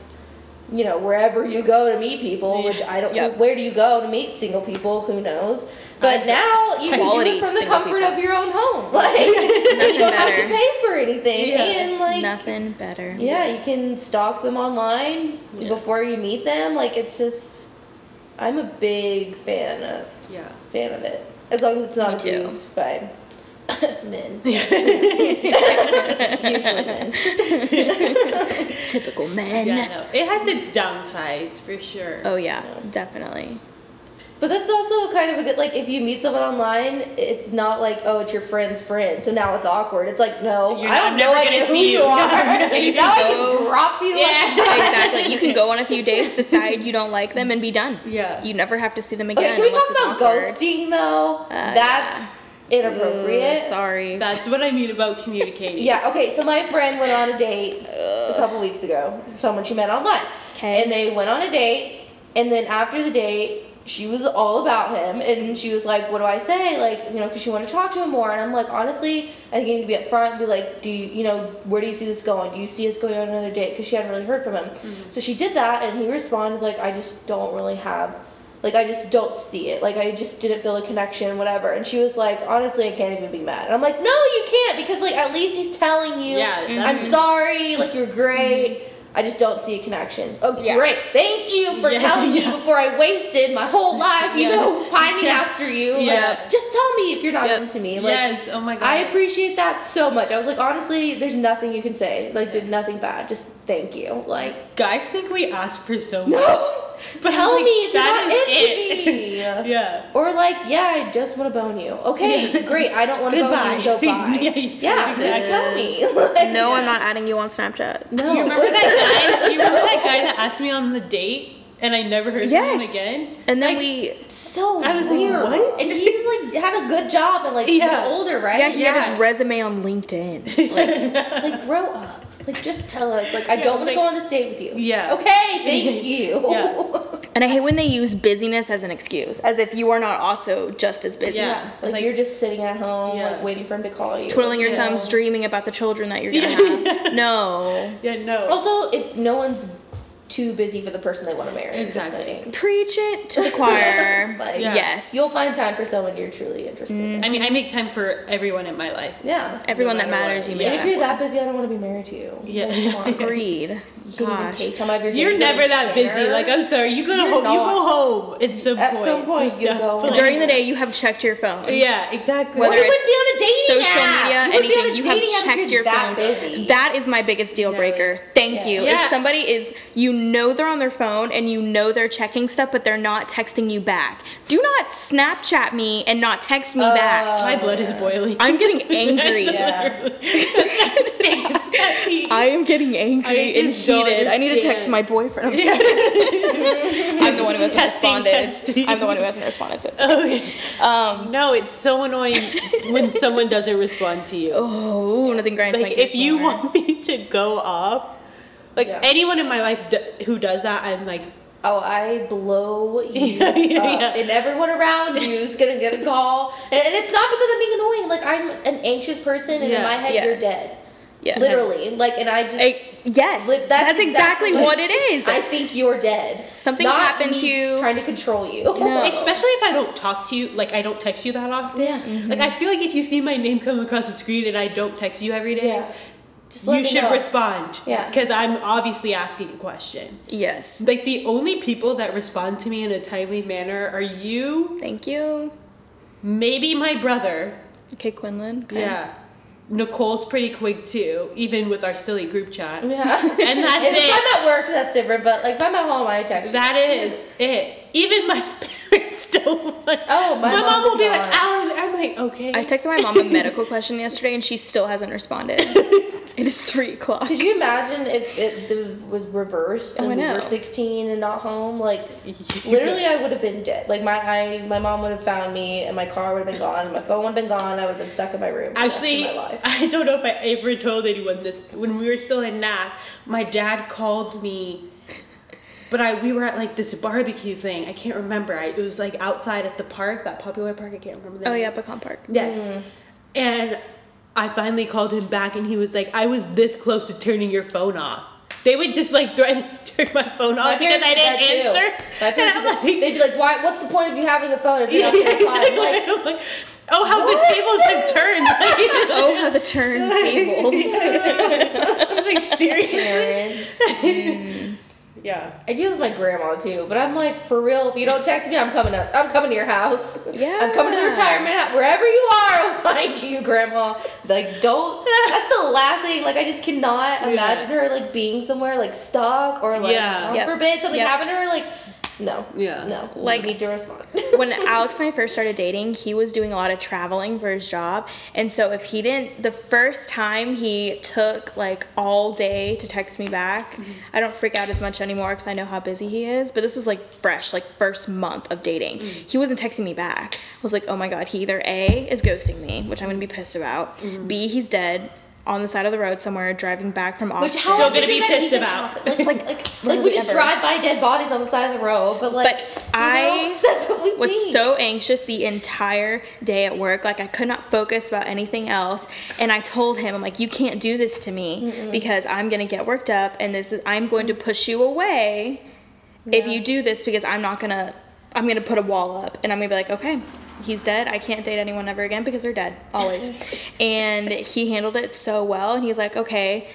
you know, wherever you go to meet people. Which I don't.
Yeah.
Where do you go to meet single people? Who knows? But now you can do
Quality
it from the
single
comfort
people.
of your own home. Like you don't have to
better.
pay for anything,
Yeah.
and like
Nothing better.
yeah, you can stalk them online
Yeah.
before you meet them. Like it's just, I'm a big fan of
Yeah.
fan of it. As long as it's not
Me too.
abused by men. Usually men.
Typical men.
Yeah, no. It has its downsides for sure.
Oh, yeah, definitely.
But that's also kind of a good like if you meet someone online, it's not like, oh, it's your friend's friend, so now it's awkward. It's like, no,
You're not-
I don't
I'm
know
never
idea
gonna
who
see
you
you.
are.
you
now
can
I can
go-
drop you like
exactly. You can go on a few dates, decide you don't like them, and be done.
Yeah.
You never have to see them
Okay,
again.
can we
unless
talk
it's
about
awkward.
ghosting though? that's inappropriate.
Ooh, sorry.
That's what I mean about communicating.
Yeah, okay, so my friend went on a date a couple weeks ago. Someone she met online.
'Kay.
And they went on a date, and then after the date, she was all about him, and she was like, What do I say? Like, you know, because she wanted to talk to him more. And I'm like, Honestly, I think you need to be up front and be like, Do you, you know, where do you see this going? Do you see us going on another date? Because she hadn't really heard from him.
Mm-hmm.
So she did that, and he responded, like, I just don't really have. Like I just don't see it. Like I just didn't feel a connection, whatever. And she was like, honestly, I can't even be mad. And I'm like, no, you can't because like at least he's telling you.
Yeah,
I'm
that's-
sorry. Like you're great.
Mm-hmm.
I just don't see a connection. Oh,
Yeah.
great. Thank you for
Yeah,
telling
yeah.
me before I wasted my whole life, you
Yeah.
know, pining after you. Like,
Yeah.
just tell me if you're not
Yep.
into me. Like
yes. Oh my god.
I appreciate that so much. I was like, honestly, there's nothing you can say. Like did nothing bad. Just thank you. Like
Guys think we ask for so much.
no.
But
tell
like,
me if you're
that
not
is
into me.
Yeah.
Or like, yeah, I just want to bone you. Okay, great. I don't want to bone
Goodbye.
you, so bye.
Yeah,
yeah,
exactly.
just tell me. Like,
No, I'm not adding you on Snapchat.
no.
You remember that guy? You remember that guy that asked me on the date, and I never heard from him
Yes.
again.
And then
Like,
we.
It's so
I was like,
weird.
what?
And he's like had a good job and like
Yeah.
he's older, right?
Yeah, he had
Yeah.
his resume on LinkedIn.
like grow up. Like just tell us. Like I
Yeah,
don't want
like-
to go on this date with you.
Yeah.
Okay, thank you.
Yeah.
and I hate when they use busyness as an excuse, as if you are not also just as busy.
Yeah.
Like,
Like-
you're just sitting at home,
Yeah.
like waiting for him to call you.
Twiddling your
you
thumbs,
know.
dreaming about the children that you're gonna
Yeah.
have. No.
Yeah. No.
Also, if no one's too busy for the person they want to marry, just
Exactly.
saying.
Preach it to the choir.
Like,
Yeah.
Yes. Mm.
You'll find time for someone you're truly interested in.
I mean, I make time for everyone in my life.
Yeah.
Everyone that
No matter
matters,
what,
you
yeah.
And if
make
you're that busy, I don't want to be married to you.
Yeah.
You can't
Agreed.
even
Gosh.
take time out of your day
You're
to go
never
to
that
dinner.
busy. Like I'm sorry, you go to
You're
home. You go
not.
home at some
At
point.
some point,
So
you
stuff
go
like-
home.
During the day, you have checked your phone.
Yeah. Exactly.
Or
Whether
you
it's
wouldn't be on a dating
social
app.
media,
you wouldn't be on
anything.
a
You have
dating app if
checked
you're
your
that
phone.
Busy.
That is my biggest deal
Yeah,
breaker. Thank you.
Yeah.
If somebody is, you know, they're on their phone and you know they're checking stuff, but they're not texting you back. Do not Snapchat me and not text me back.
Uh.
my blood is boiling.
I'm getting angry.
yeah.
I am getting angry
I
and
just don't
heated. I need to text
understand.
my boyfriend. I'm, just kidding. I'm the one who hasn't
Testing,
responded.
testing.
I'm the one who hasn't responded. So it's
Okay.
Um,
No, it's so annoying when someone doesn't respond to you.
oh, nothing grinds my
like
gears
if you
more.
want me to go off like
Yeah.
anyone in my life d- who does that i'm like
Oh, I blow you
Yeah, yeah,
up.
yeah.
And everyone around you is going to get a call. And, and it's not because I'm being annoying. Like, I'm an anxious person, and
Yeah.
in my head, you're
Yes.
dead.
Yes.
Literally. Like, and I just.
I-
Yes,
Li-
that's, exactly, what it is.
I think you're dead.
Something's
Not
happened
me
to you.
Trying to control you.
No.
Especially if I don't talk to you, like I don't text you that often.
Yeah. Mm-hmm.
Like I feel like if you see my name come across the screen and I don't text you every day,
Yeah. Just let
you
me
should
know.
respond.
Yeah.
Because I'm obviously asking a question.
yes,
Like the only people that respond to me in a timely manner are you,
thank you.
maybe my brother.
Okay, Quinlan. Okay.
Yeah. Nicole's pretty quick too, even with our silly group chat.
Yeah.
And that's
And if
it.
I'm at work, that's different. But like if I'm at home, I text.
That is it. Even my parents don't like.
Oh, my
mom,
mom
will be
does
like
not.
hours. I'm like, okay.
I texted my mom a medical question yesterday, and she still hasn't responded. it is three o'clock.
Could you imagine if it the, was reversed
Oh,
and
I
we were
know.
16 and not home? Like, literally, I would have been dead. Like, my I, my mom would have found me, and my car would have been gone, and my phone would have been gone. I would have been stuck in my room. for the rest of
Actually,
my life.
I don't know if I ever told anyone this. When we were still in NAC, my dad called me, but I we were at like this barbecue thing. I can't remember. I, it was like outside at the park, that popular park. I can't remember. The
Oh
name.
yeah, Pecan Park.
Yes. Mm. And I finally called him back, and he was like, "I was this close to turning your phone off." They would just like threaten to turn my phone
My
off because
parents
I
did that
didn't
too.
answer.
My
and I'm
parents did
like,
that- they'd be like, "Why? What's the point of you having a phone if you're not
Yeah,
going to reply?"
exactly.
Like,
I'm like, oh, how the tables have turned. Like,
Oh, how the turn tables.
I was like, seriously?
parents.
Yeah.
I deal with my grandma too, but I'm like, for real, if you don't text me, I'm coming up. I'm coming to your house.
Yeah.
I'm coming to the retirement house. Wherever you are, I'll find you, grandma. Like, don't. That's the last thing. Like, I just cannot imagine her, like, being somewhere, like, stuck or, like,
Yeah.
God
Yep.
forbid something
Yep.
happened to her. Like, no.
Yeah.
No. Like,
Like-
you need to respond.
when Alex and I first started dating, he was doing a lot of traveling for his job. And so if he didn't the first time he took like all day to text me back,
Mm-hmm.
I don't freak out as much anymore cuz I know how busy he is, but this was like fresh, like first month of dating.
Mm.
He wasn't texting me back. I was like, "Oh my god, he either A is ghosting me, which I'm going to be pissed about.
Mm-hmm.
B he's dead on the side of the road somewhere driving back from Austin."
Which how
Still
often
gonna
does
be
that
pissed
even
about.
happen? Like, like, like, like we
would
just
ever.
drive by dead bodies on the side of the road, but like,
But
you
I
know, that's what we
was
think.
so anxious the entire day at work. Like I could not focus about anything else. And I told him, I'm like, you can't do this to me because I'm gonna get worked up and this is I'm going to push you away if you do this because I'm not gonna I'm gonna put a wall up and I'm gonna be like, okay, he's dead. I can't date anyone ever again because they're dead, always. and he handled it so well and he's like, okay,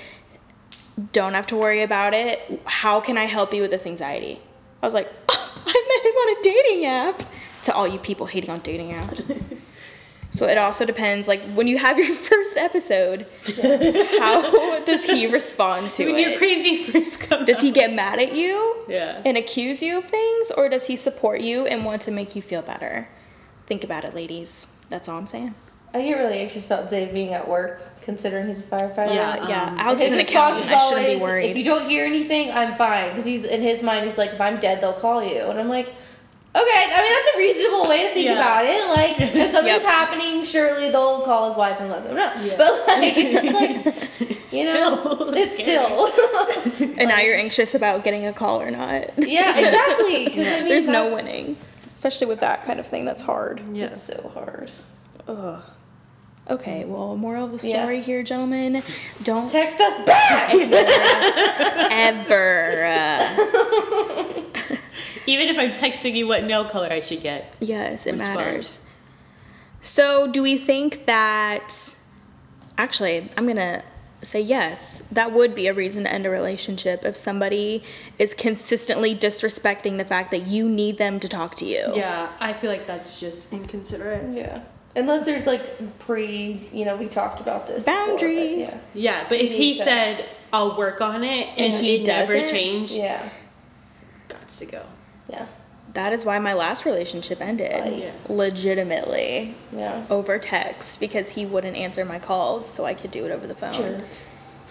don't have to worry about it. How can I help you with this anxiety? I was like, I met him on a dating app. To all you people hating on dating apps. so it also depends, like when you have your first episode, how does he respond to
When
it?
your crazy first comes
Does
up.
he get mad at you
Yeah.
and accuse you of things, or does he support you and want to make you feel better? Think about it, ladies. That's all I'm saying.
I get really anxious about Zay being at work, considering he's a firefighter.
Yeah.
Uh, yeah,
um,
Alex
His
is an
response
accountant.
is
I shouldn't
always,
be worried.
if you don't hear anything, I'm fine. Because he's in his mind, he's like, if I'm dead, they'll call you, and I'm like, okay. I mean, that's a reasonable way to think
Yeah.
about it. Like, if
Yep.
something's happening, surely they'll call his wife and let them know. But like, it's just like, you know,
Still
it's still,
and now you're anxious about getting a call or not.
yeah, exactly. 'cause I mean,
There's no
that's-
winning, especially with that kind of thing. That's hard.
Yeah.
It's so hard.
Ugh. Okay, well, moral of the
Yeah.
story here, gentlemen, don't
Text us back.
ever. uh,
Even if I'm texting you what nail color I should get.
yes, it
Respond.
matters. So, do we think that? Actually, I'm gonna say yes. That would be a reason to end a relationship if somebody is consistently disrespecting the fact that you need them to talk to
Oh.
you.
Yeah, I feel like that's just inconsiderate.
Yeah. Unless there's like pre, you know, we talked about this. before, but
Boundaries.
Yeah, but if he
Yeah.
said, I'll work on it, and,
he
it never
doesn't?
changed,
yeah.
gots to go.
Yeah.
That is why my last relationship ended.
Oh,
yeah.
Legitimately.
Yeah.
over text because he wouldn't answer my calls, so I could do it over the phone.
Sure.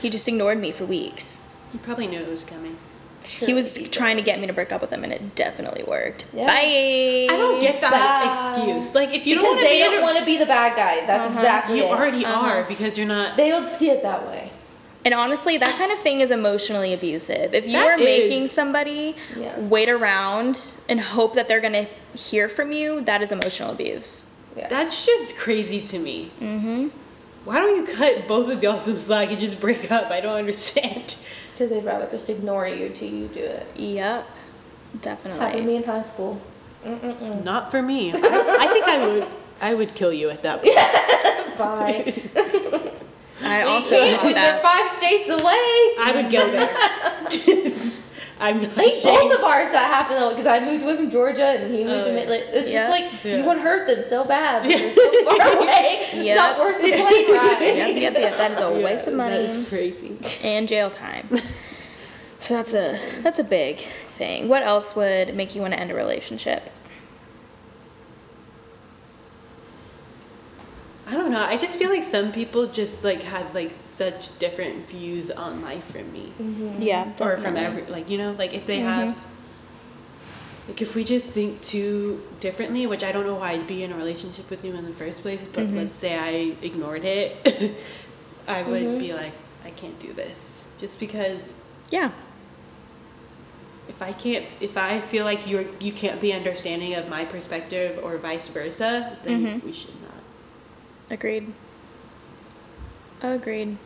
He just ignored me for weeks.
He probably knew it was coming.
Sure.
he was trying to get me to break up with him, and it definitely worked.
Yeah.
Bye.
I don't get that
Bye.
excuse. Like, if you
because
don't want to
they
be in
don't
a-
want to be the bad guy. That's exactly
you
it.
already are because you're not.
They don't see it that way.
And honestly, that kind of thing is emotionally abusive. If you
That
are making
is.
somebody
Yeah.
wait around and hope that they're gonna hear from you, that is emotional abuse.
Yeah.
That's just crazy to me. Mm-hmm. Why don't you cut both of y'all some slack and just break up? I don't understand.
Because they'd rather just ignore you till you do it.
Yep.
Happened to
Definitely.
me in high school.
Not for me. I, I think I would. I would kill you at that point.
Bye.
I also want
They're
that.
five states away.
I would go there. I'm not
I think both
ashamed.
of ours that happened though, because I moved away from Georgia and he
Oh,
moved to Mid- like, It's
Yeah.
just like
Yeah.
you want to hurt them so bad. but They're so far away. It's
Yep.
not worth the plane ride.
Yep, yep, yep. That is a
Yeah,
waste of money.
That is crazy.
and jail time. so that's a that's a big thing. What else would make you want to end a relationship?
I don't know. I just feel like some people just like have like such different views on life from me,
Yeah,
or from every like you know like if they have. Like if we just think too differently, which I don't know why I'd be in a relationship with you in the first place, but let's say I ignored it, I would be like, I can't do this, just because
Yeah,
if I can't, if I feel like you're, you can't be understanding of my perspective or vice versa, then we should not.
agreed. Agreed.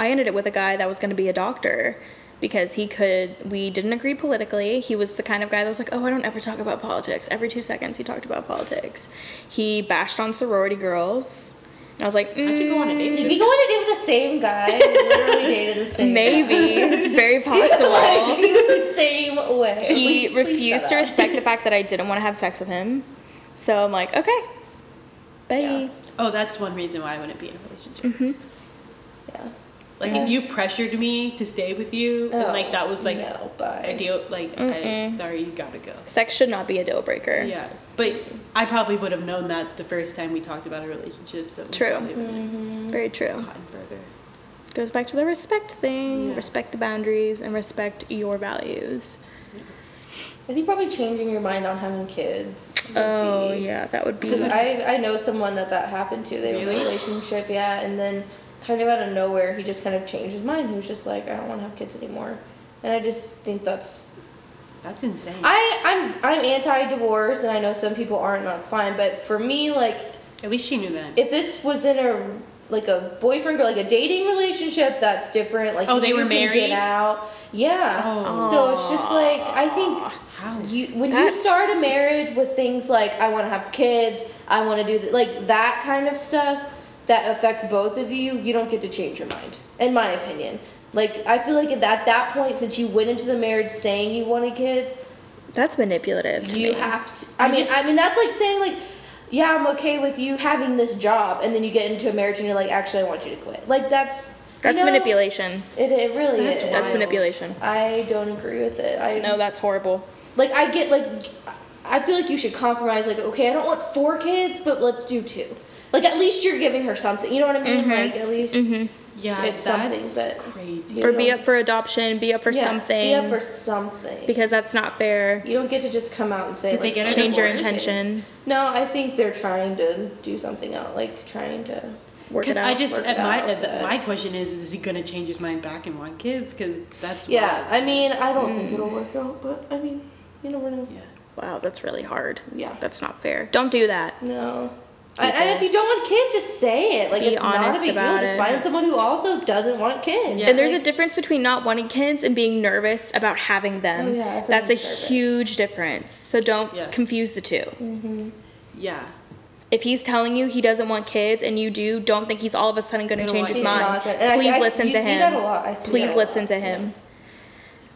I ended it with a guy that was going to be a doctor because he could. We didn't agree politically. He was the kind of guy that was like, "Oh, I don't ever talk about politics." Every two seconds, he talked about politics. He bashed on sorority girls. And I was like,
How'd you go on a date
"Mm,
with
If you go on a date with the same guy, you literally dated the same.
Maybe it's very possible.
Like, he was the same way.
he
Please
refused
shut
to
up.
respect the fact that I didn't want to have sex with him. So I'm like, okay, bye.
Yeah.
Oh, that's one reason why I wouldn't be in a relationship.
Yeah.
Like if you pressured me to stay with you, and
Oh,
like that was like
no, bye.
a deal. Like, I, sorry, you gotta go.
Sex should not be a deal breaker.
Yeah, but I probably would have known that the first time we talked about a relationship. So we
True.
probably wouldn't
Mm-hmm.
have
Very true.
gotten further.
Goes back to the respect thing.
Yeah.
Respect the boundaries and respect your values.
I think probably changing your mind on having kids. would
Oh
be-
yeah, that would
Because
be.
I, I know someone that that happened to. They were in a
Really?
relationship, yeah, and then kind of out of nowhere, he just kind of changed his mind. He was just like, I don't want to have kids anymore. And I just think that's
That's insane.
I I'm I'm anti-divorce, and I know some people aren't, and that's fine. But for me, like
At least she knew that.
if this was in a like a boyfriend girl, like a dating relationship, that's different. Like
Oh, they
you
were
can
married?
Get out, yeah.
Oh.
So it's just like I think
How?
you when
That's-
you start a marriage with things like I want to have kids, I want to do th- like that kind of stuff that affects both of you, you don't get to change your mind, in my opinion. Like I feel like at that, that point, since you went into the marriage saying you wanted kids,
That's manipulative. To
you
me.
have to. I mean, I mean that's like saying like, yeah, I'm okay with you having this job, and then you get into a marriage and you're like, actually, I want you to quit. Like that's you
That's
know,
manipulation.
It, it really
That's
is.
That's
wild.
manipulation.
I don't agree with it. I
No, that's horrible.
like I get like I feel like you should compromise. Like okay, I don't want four kids, but let's do two. Like at least you're giving her something. You know what I
Mm-hmm.
mean? Like at least
Yeah,
it's something,
that's
but-
crazy.
You
Or be
know.
up for adoption. Be up for
Yeah,
something.
Yeah, for something.
because that's not fair.
you don't get to just come out and say
Did they
like,
get a
Change your
divorce?
intention.
No, I think they're trying to do something out. Like trying to.
Work it
Because
out.
I just
work
at
it
my
out,
at the-
but-
my question is is he gonna change his mind back and want kids? Because that's
Yeah,
wild.
I mean, I don't think
Mm.
it'll work out, but I mean, you never know.
yeah.
wow, that's really hard.
Yeah.
That's not fair. Don't do that.
No. I, and if you don't want kids, just say it. Like
Be
it's not a
honest
big deal.
about
Just
it.
find someone who also doesn't want kids.
Yeah.
And there's
Like-
a difference between not wanting kids and being nervous about having them.
Oh, yeah, everyone's
That's a
nervous.
huge difference. So don't
Yeah.
confuse the two.
Yeah.
If he's telling you he doesn't want kids and you do, don't think he's all of a sudden going
I
to
don't
change his
want kids.
He's
mind.
not gonna- and I-
Please
I-
listen
you
to
see
him.
that a lot. I see
Please
that a
listen
lot.
to him.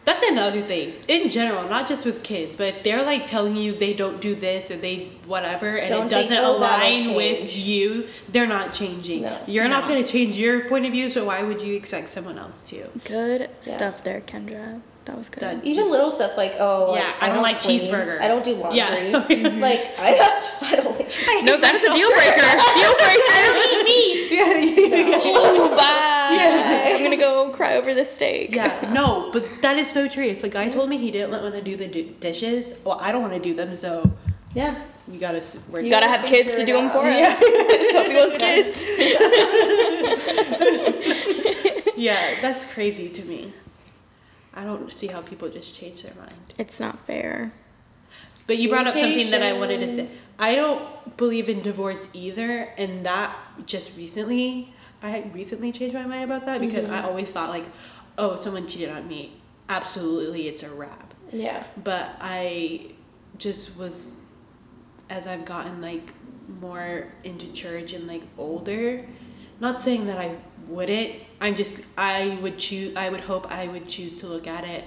That's another thing in general, not just with kids, but if they're like telling you they don't do this or they whatever and
Don't
it
think,
doesn't
"Oh, that'll
align with
change."
you, they're not changing.
No.
You're not going to change your point of view, so why would you expect someone else to?
Good stuff there, Kendra. That was good.
Done.
Even
Just-
little stuff like oh
Yeah, I don't like
clean.
cheeseburgers.
I don't do laundry.
Yeah. Mhm.
like I don't, I don't like cheeseburgers.
No, that is a deal breaker. deal breaker. Ooh, bye. I'm going to go cry over this steak.
Yeah, no, but that is so true. If a guy told me he didn't want to do the d- dishes, well, I don't want to do them, so
Yeah.
you gotta s- work.
You-
Gotta have kids to do them for
Yeah.
us. Hope he wants kids.
yeah, that's crazy to me. I don't see how people just change their mind.
It's not fair.
But you brought up something that I wanted to say. I don't believe in divorce either, and that just recently, I recently changed my mind about that because I always thought like, oh, someone cheated on me, absolutely it's a wrap.
Yeah.
But I just was, as I've gotten like more into church and like older, not saying that I wouldn't, I'm just, I would choose, I would hope I would choose to look at it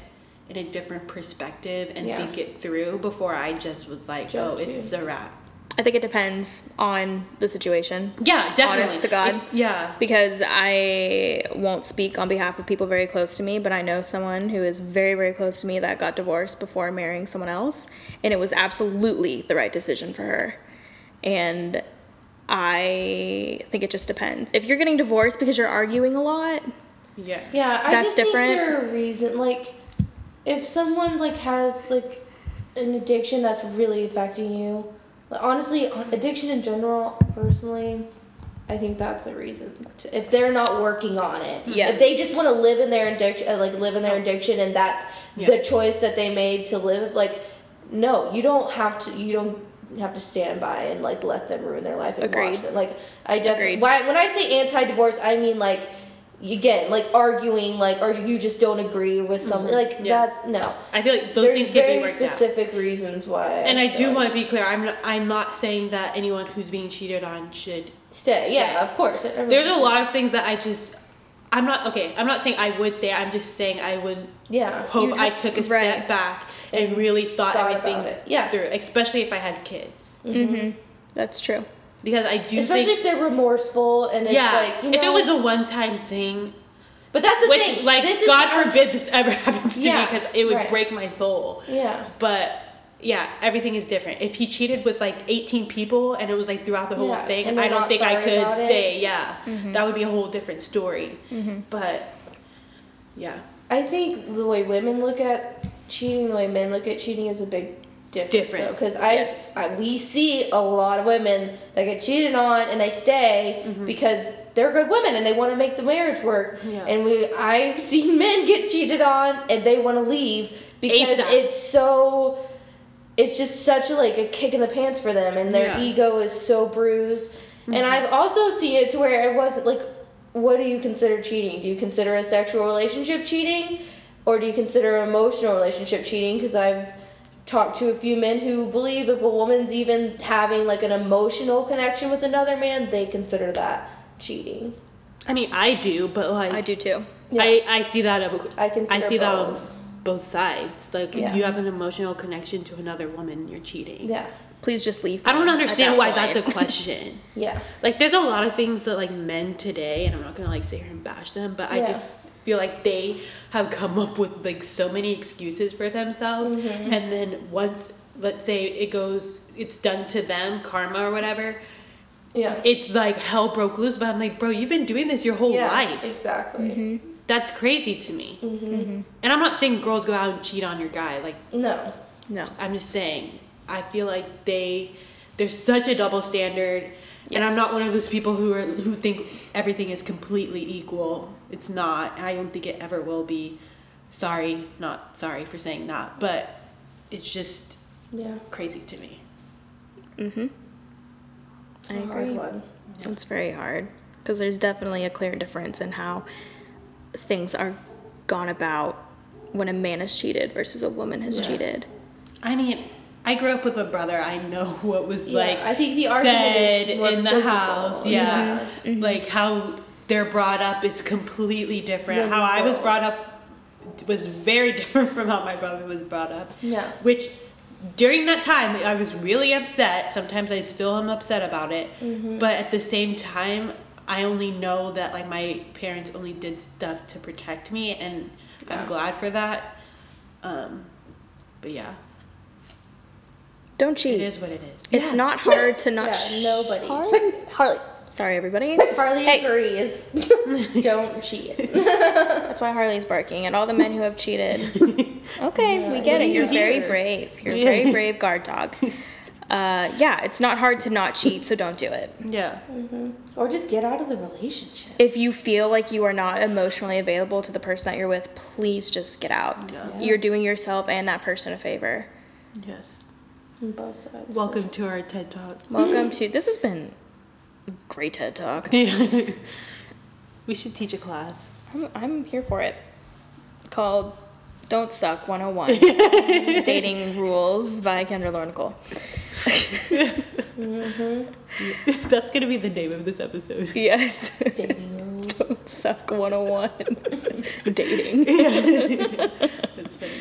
in a different perspective and
Yeah.
think it through before I just was like,
Jump
oh,
to.
it's a wrap.
I think it depends on the situation.
Yeah, definitely.
Honest to God.
If- yeah.
Because I won't speak on behalf of people very close to me, but I know someone who is very, very close to me that got divorced before marrying someone else, and it was absolutely the right decision for her. And I think it just depends. If you're getting divorced because you're arguing a lot,
Yeah.
Yeah, I
That's
just
different.
think there are reason like if someone like has like an addiction that's really affecting you. Like, honestly, addiction in general, personally, I think that's a reason. To, if they're not working on it,
Yes.
if they just want to live in their addiction, uh, like live in their addiction, and that's the
Yeah.
choice that they made to live, like no, you don't have to. You don't have to stand by and like let them ruin their life and watch
Agreed.
them. Like I definitely
Agreed.
why when I say anti-divorce, I mean like again like arguing like or you just don't agree with something like
Mm-hmm. Yeah.
that. No,
I feel like those
there's
things can be
very
worked out.
specific reasons why.
And I do
feel
want to be clear. I'm not, I'm not saying that anyone who's being cheated on should.
stay. Yeah, of course. Everyone-
There's a lot of things that I just. I'm not okay. I'm not saying I would stay. I'm just saying I would
Yeah.
hope
You
I
have-
took a
right.
step back and,
And
really thought,
thought about
everything
it. Yeah.
through, especially if I had kids,
that's true.
because I do
Especially
think.
if they're remorseful and it's
yeah,
like you know.
if it was a one-time thing,
but that's the
which
thing.
like
this is
God
our-
forbid this ever happens to
Yeah,
me, because it would
right.
break my soul.
Yeah.
But yeah, everything is different. If he cheated with like 18 people and it was like throughout the whole
Yeah,
thing,
and they're
I don't
not
think I
sorry
could
about it.
stay. Yeah,
Mm-hmm.
that would be a whole different story. But yeah,
I think the way women look at cheating, the way men look at cheating, is a big difference.
Difference,
Because I,
yes.
I- we see a lot of women that get cheated on and they stay because they're good women and they want to make the marriage work.
Mm-hmm. Yeah.
And we, I've seen men get cheated on and they want to leave because
ASAP.
it's so. It's just such a, like a kick in the pants for them, and their
Yeah. Mm-hmm.
ego is so bruised. And I've also seen it to where it wasn't like, what do you consider cheating? Do you consider a sexual relationship cheating, or do you consider an emotional relationship cheating? Because I've talked to a few men who believe if a woman's even having like an emotional connection with another man, they consider that cheating.
I mean, I do, but like
I do too.
I, I see that. Of,
I consider
see that on
both.
both sides. Like
Yeah.
if you have an emotional connection to another woman, you're cheating.
Yeah,
Please just leave.
I don't
me at
understand
that
why
point.
that's a question.
yeah.
like there's a lot of things that like men today and i'm not gonna like sit here and bash them but i
Yeah.
just feel like they have come up with like so many excuses for themselves
Mm-hmm.
and then once let's say it goes it's done to them karma or whatever
Yeah.
it's like hell broke loose but i'm like bro you've been doing this your whole
yeah, Mm-hmm.
life
Exactly.
Mm-hmm.
that's crazy to me and i'm not saying girls go out and cheat on your guy like
No.
No.
I'm just saying, I feel like they there's such a double standard, and I'm not
Yes.
one of those people who are who think everything is completely equal. It's not. and I don't think it ever will be. Sorry, not sorry for saying that, but it's just
Yeah.
crazy to me.
It's
I
a hard
agree.
one.
It's very hard because there's definitely a clear difference in how things are gone about when a man has cheated versus a woman has cheated.
I mean, I grew up with a brother. I know what was
Yeah,
like.
I think the
said
argument is more
in the
physical. Mm-hmm.
house. Yeah, like how they're brought up is completely different.
Than
how I was
girls.
brought up was very different from how my brother was brought up.
Yeah.
Which during that time I was really upset. Sometimes I still am upset about it.
Mm-hmm.
But at the same time, I only know that like my parents only did stuff to protect me, and
Yeah.
I'm glad for that. Um, but yeah.
Don't
It
cheat.
is what it is.
It's not hard to not.
Yeah,
sh-
nobody.
Hard? Harley. Sorry, everybody.
Harley
Hey.
agrees. Don't cheat.
That's why Harley's barking at all the men who have cheated. Okay, we get it. You're very brave. You're a very brave guard dog. Uh, yeah, it's not hard to not cheat, so don't do it.
Yeah.
Or just get out of the relationship.
if you feel like you are not emotionally available to the person that you're with, please just get out.
Yeah.
You're doing yourself and that person a favor.
Yes.
On both sides.
Welcome to our TED Talk.
Welcome to this has been a great TED Talk.
we should teach a class.
I'm, I'm here for it. called Don't Suck 101 Dating Rules by Kendra Laura Nicole.
That's gonna be the name of this episode.
Yes.
Dating rules.
Don't Suck 101 Dating.
That's funny.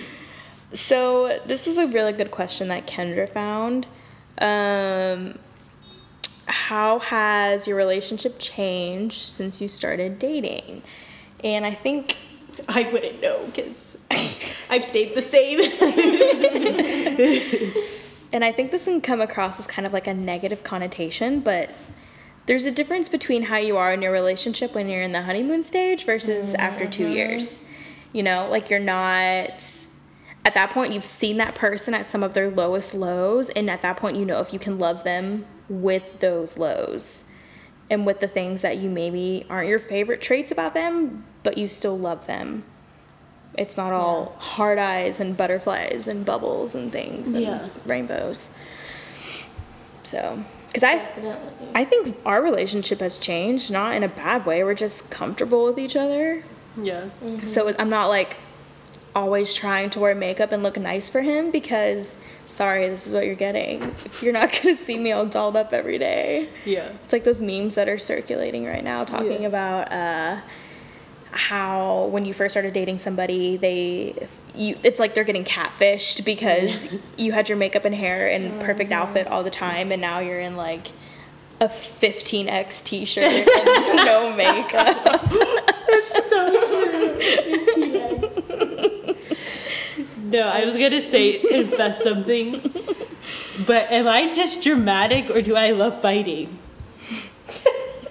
So, this is a really good question that Kendra found. Um, how has your relationship changed since you started dating? And I think
I wouldn't know because I've stayed the same.
and I think this can come across as kind of like a negative connotation, but there's a difference between how you are in your relationship when you're in the honeymoon stage versus after two years. You know, like you're not, at that point, you've seen that person at some of their lowest lows, and at that point, you know if you can love them with those lows and with the things that you maybe aren't your favorite traits about them, but you still love them. It's not all hard eyes and butterflies and bubbles and things and
Yeah.
rainbows. So, because I
Definitely.
I think our relationship has changed, not in a bad way. We're just comfortable with each other.
yeah.
So I'm not like always trying to wear makeup and look nice for him because, sorry, this is what you're getting. You're not going to see me all dolled up every day.
Yeah.
It's like those memes that are circulating right now talking
Yeah.
about uh, how when you first started dating somebody, they you it's like they're getting catfished because you had your makeup and hair and perfect outfit all the time, and now you're in like a 15x t-shirt and no makeup.
No, I was gonna say confess something, but am I just dramatic or do I love fighting?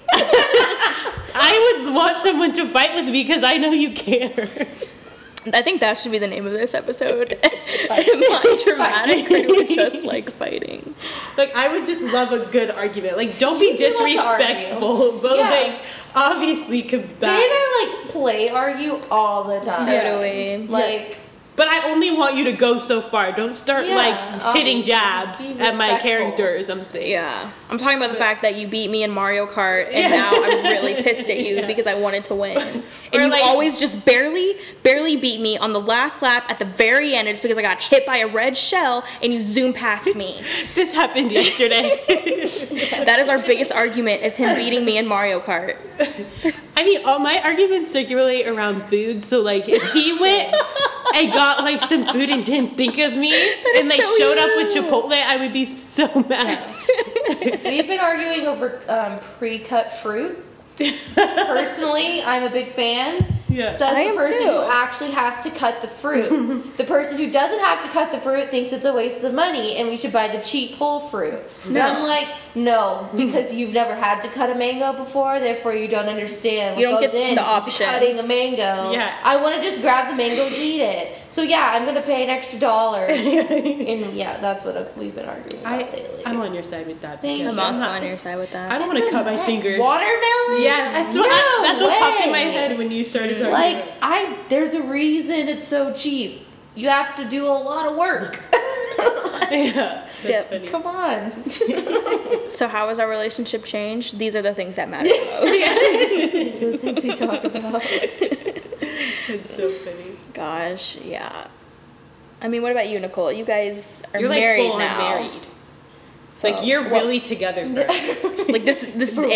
I would want someone to fight with me because I know you care.
I think that should be the name of this episode. Am I dramatic or do I just like fighting?
Like I would just love a good argument. Like don't be
do love to argue.
disrespectful, but
Yeah.
like obviously
They and
combat.
I like play argue all the time.
So do we.
Like
But I only want you to go so far. Don't start
Yeah,
like hitting
obviously.
jabs
Be
at my
respectful.
character or something.
Yeah. I'm talking about the fact that you beat me in Mario Kart and now I'm really pissed at you because I wanted to win. And
Or
you
like-
always just barely, barely beat me on the last lap at the very end. It's because I got hit by a red shell and you zoom past me.
This happened yesterday.
that is our biggest argument is him beating me in Mario Kart.
I mean, all my arguments circulate around food. So, like, if he went and got like some food and didn't think of me,
is
and like
so
showed up with
you.
Chipotle, I would be so mad.
we've been arguing over um, pre-cut fruit. Personally, I'm a big fan.
Yeah.
Says
I
the
am
person
too.
who actually has to cut the fruit. the person who doesn't have to cut the fruit thinks it's a waste of money and we should buy the cheap whole fruit. And I'm like, no, because you've never had to cut a mango before, therefore you don't understand what
You don't
goes
get
in
the
to
option.
cutting a mango.
Yeah.
I want to just grab the mango and eat it. So yeah, I'm gonna pay an extra dollar. and yeah, that's what we've been arguing about
I,
lately.
I'm on your side with that.
Thank
because
I'm
you. I'm
also
not-
on your side with
I
that.
don't want to cut my fingers.
Watermelon?
Yeah, that's what, I, that's what popped in my
way.
head when you started talking.
Like
about-
I, there's a reason it's so cheap. You have to do a lot of work.
yeah, that's
Yep.
funny.
Come on.
So how has our relationship changed? These are the things that matter Oh, most.
These are the things we talk about.
It's so funny.
Gosh, yeah. I mean, what about you, Nicole? You guys are
You're like
married
full on
now.
married.
So
Like you're
well,
really together. For it.
like this. This is
oh.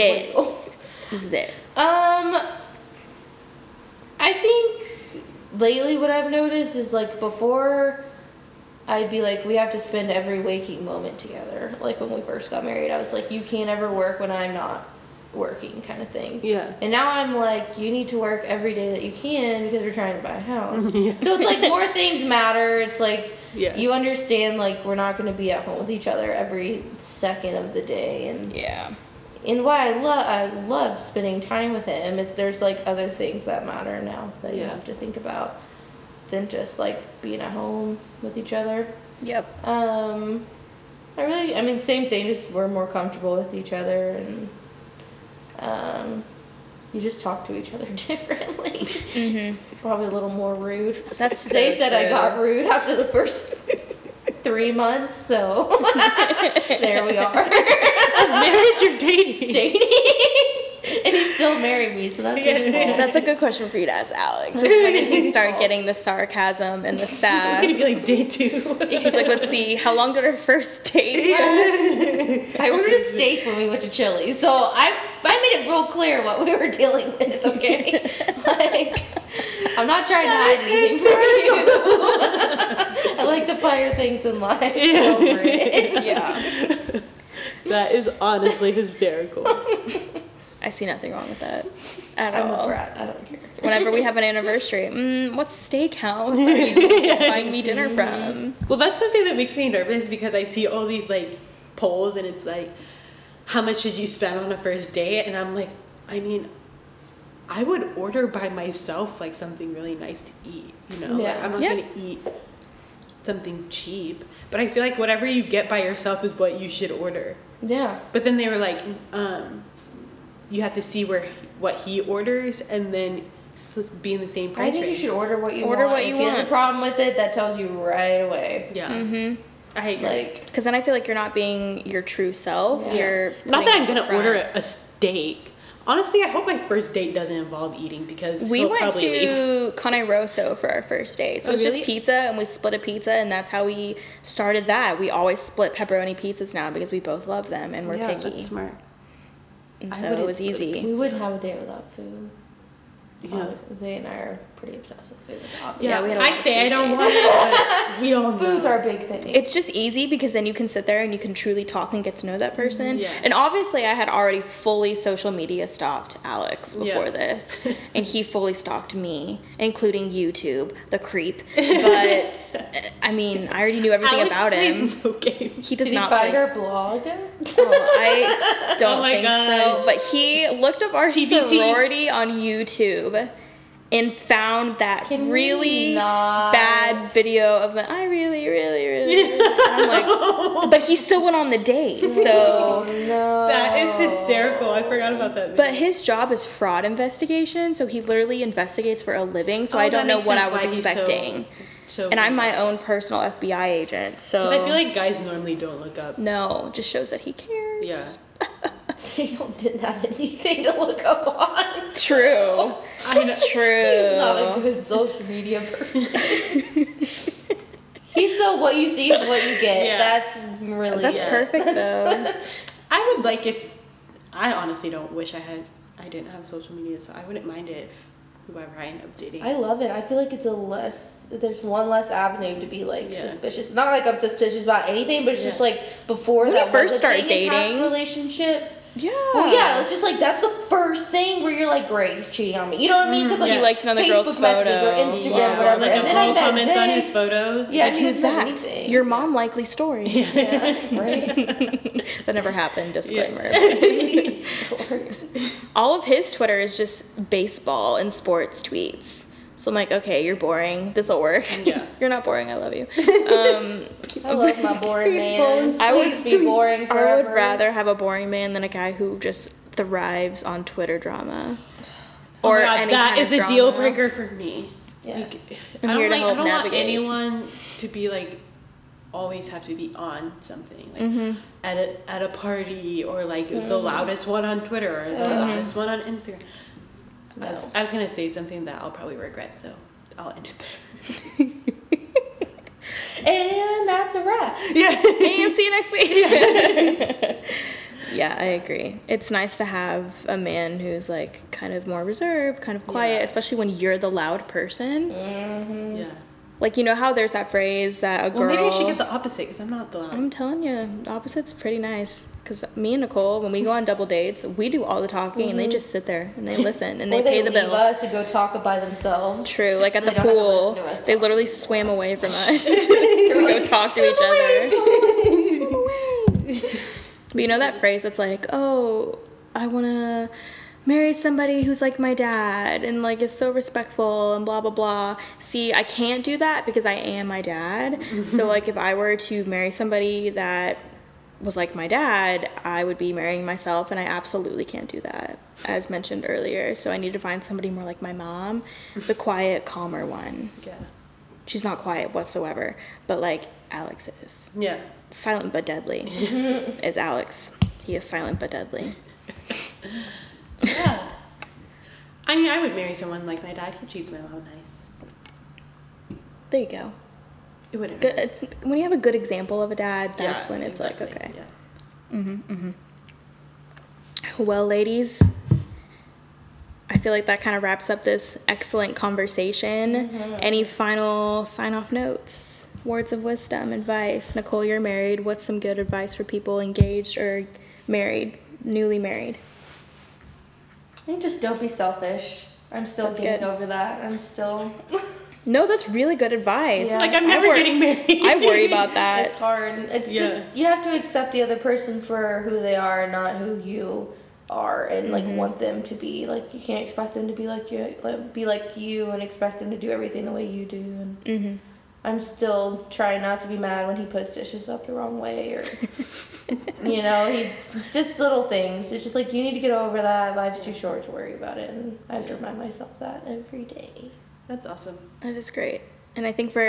it. This is it.
Um, I think lately what I've noticed is like before, I'd be like, we have to spend every waking moment together. Like when we first got married, I was like, you can't ever work when I'm not working, kind of thing.
Yeah.
And now I'm like, you need to work every day that you can because we're trying to buy a house. So it's like more things matter. It's like
Yeah.
you understand like we're not going to be at home with each other every second of the day and
Yeah.
and why I love I love spending time with him. It, there's like other things that matter now that you
Yeah.
have to think about than just like being at home with each other.
Yep.
Um, I really I mean same thing. Just we're more comfortable with each other and um, you just talk to each other differently. Probably a little more rude.
Mm-hmm. That's so
They said I
true.
got rude after the first three months, so there we are
marriage or dating?
dating. and he's still marry me, so that's his fault.
That's a good question for you to ask Alex. Is when did he start getting the sarcasm and the sass?
It's gonna be like day two.
He's like, let's see, how long did our first date last?
I ordered a steak when we went to Chili's, so I I made it real clear what we were dealing with. Okay, like I'm not trying to hide anything from you. I like to fire things in life. Over it.
yeah.
that is honestly hysterical.
I see nothing wrong with that at
I'm
all.
a brat. I don't care.
Whenever we have an anniversary, mm, what steakhouse are you buying me dinner from?
Well, that's something that makes me nervous because I see all these like polls and it's like, how much did you spend on a first date? And I'm like, I mean, I would order by myself like something really nice to eat, you know? Like,
Yeah.
I'm not
Yeah.
gonna eat something cheap. But I feel like whatever you get by yourself is what you should order.
Yeah.
But then they were like, um, you have to see where what he orders and then s- be in the same price
I think you
range.
should order what you
Order
want.
what you
if he has
want.
a problem with it, that tells you right away.
Yeah. Mm-hmm. I agree.
Like,
Because then I feel like you're not being your true self.
Yeah.
You're putting
Not that
it
I'm gonna
in front.
order a steak. Honestly, I hope my first date doesn't involve eating because
We
he'll
went
probably leave.
to Cane Rosso for our first date. So
Oh,
it was
really?
just pizza, and we split a pizza, and that's how we started that. We always split pepperoni pizzas now because we both love them and we're
yeah,
picky.
That's smart.
and
I
so it
wouldn't
was
split a
easy.
we wouldn't have a date without food.
Yeah.
Zay and I are pretty obsessed with food.
Yeah, we had a
I
lot of
say I don't want it, but we all know.
Food's our big thing.
It's just easy because then you can sit there and you can truly talk and get to know that person.
Mm-hmm. Yeah.
And obviously, I had already fully social media stalked Alex before
Yeah.
this, and he fully stalked me, including YouTube, the creep. But uh, I mean, I already knew everything
Alex
about
plays
him.
No games.
He does
Did you
not
find
play
our blog?
I s- don't
Oh my
think so.
gosh.
But he looked up our
TBT.
sorority on YouTube and found that
Can we
really
not?
bad video of an I really, really, really. really-" I'm like, but he still went on the date. So,
no.
That is hysterical. I forgot about that.
Oh. but his job is fraud investigation. So he literally investigates for a living. So
Oh,
I
that
don't know
makes
what I
sense
was
why he's so-
expecting.
so
and I'm my own personal FBI agent. So
Because I feel like guys normally don't look up.
no, just shows that he cares.
Yeah.
Sam didn't have anything to look up on.
True.
I
True.
know.
He's not a good social media person. He's so what you see is what you get.
Yeah.
That's really
That's
it.
perfect though.
I would like if I honestly don't wish I had. I didn't have social media, so I wouldn't mind it if whoever I end up dating.
I love it. I feel like it's a less. There's one less avenue to be like
Yeah.
suspicious. Not like I'm suspicious about anything, but it's just
Yeah.
like before
When
that
you first
was a
start
thing in past
dating.
relationships.
yeah.
Well, yeah, it's just like that's the first thing where you're like, great, he's cheating on me. You know what I mean? 'Cause, like,
Mm-hmm. He liked another girl's
Facebook messages or
photo.
Instagram,
Yeah,
Or,
whatever.
Like
and
a
then I
girl
met
comments on
Zay.
his photo.
Yeah,
Like,
he
who's
doesn't know
that?
anything.
Your mom likely story.
Yeah, right.
That never happened, disclaimer. All of his Twitter is just baseball and sports tweets. So I'm like, okay, you're boring. This'll work.
Yeah.
you're not boring, I love you.
I love my boring man.
I
Please be boring forever.
I would rather have a boring man than a guy who just thrives on Twitter drama.
Oh my God, that
kind
is
of
a deal
drama.
breaker for me.
Yes.
Like,
I'm
I
here to
don't, like, I
help
don't want
navigate.
anyone to be like always have to be on something like at a at a party or like the loudest one on Twitter or the loudest one on Instagram. I, was,
No.
I was gonna say something that I'll probably regret, so I'll end it
And that's a wrap.
there. Yeah.
and see you next week. yeah, I agree. It's nice to have a man who's like kind of more reserved, kind of quiet,
Yeah.
especially when you're the loud person.
Mm-hmm.
yeah.
Like you know how there's that phrase that a
Well,
girl.
maybe I should get the opposite because I'm not the loud.
I'm telling you, opposites pretty nice. Cause me and Nicole, when we go on double dates, we do all the talking, and they just sit there and they listen and they,
Mm-hmm. or they
pay the
leave
bill.
us to go talk by themselves.
True, like at
So
the
they don't have to
pool,
listen to us
they
talk
literally swam away from us to go talk to each other. But you know that phrase that's like, oh, I want to marry somebody who's like my dad and like is so respectful and blah, blah, blah. See, I can't do that because I am my dad. so, like, if I were to marry somebody that was like my dad, I would be marrying myself, and I absolutely can't do that, as mentioned earlier. So, I need to find somebody more like my mom, the quiet, calmer one.
Yeah.
She's not quiet whatsoever, but like Alex is
Yeah.
silent but deadly is Alex. He is silent but deadly.
Yeah. I mean, I would marry someone like my dad. He treats my mom nice.
There you go.
It wouldn't.
Good, it's,
hurt.
when you have a good example of a dad,
Yeah,
that's when it's like,
exactly.
okay.
Yeah.
Well, ladies, I feel like that kind of wraps up this excellent conversation.
Mm-hmm.
Any final sign off notes, words of wisdom, advice? Nicole, you're married. What's some good advice for people engaged or married, newly married?
I think just don't be selfish. I'm still
That's
getting
good.
over that. I'm still.
No, that's really good advice.
Yeah.
Like I'm
I
never
worry-
getting married.
I worry about
it's
that.
hard. It's
Yeah.
just you have to accept the other person for who they are, and not who you are, and like
Mm-hmm.
want them to be. Like you can't expect them to be like you, like, be like you, and expect them to do everything the way you do. And
Mhm.
I'm still trying not to be mad when he puts dishes up the wrong way, or you know, he just little things. It's just like you need to get over that. Life's too short to worry about it, and I have to remind myself that every day.
That's awesome.
That is great. And I think for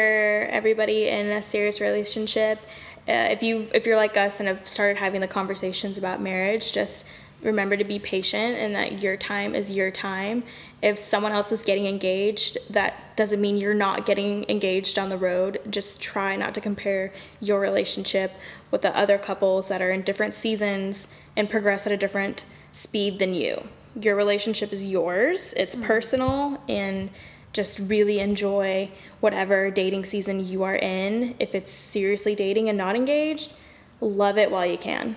everybody in a serious relationship, uh, if you if you're like us and have started having the conversations about marriage, just remember to be patient and that your time is your time. If someone else is getting engaged, that doesn't mean you're not getting engaged on the road. Just try not to compare your relationship with the other couples that are in different seasons and progress at a different speed than you. Your relationship is yours. It's personal and just really enjoy whatever dating season you are in. If it's seriously dating and not engaged, love it while you can.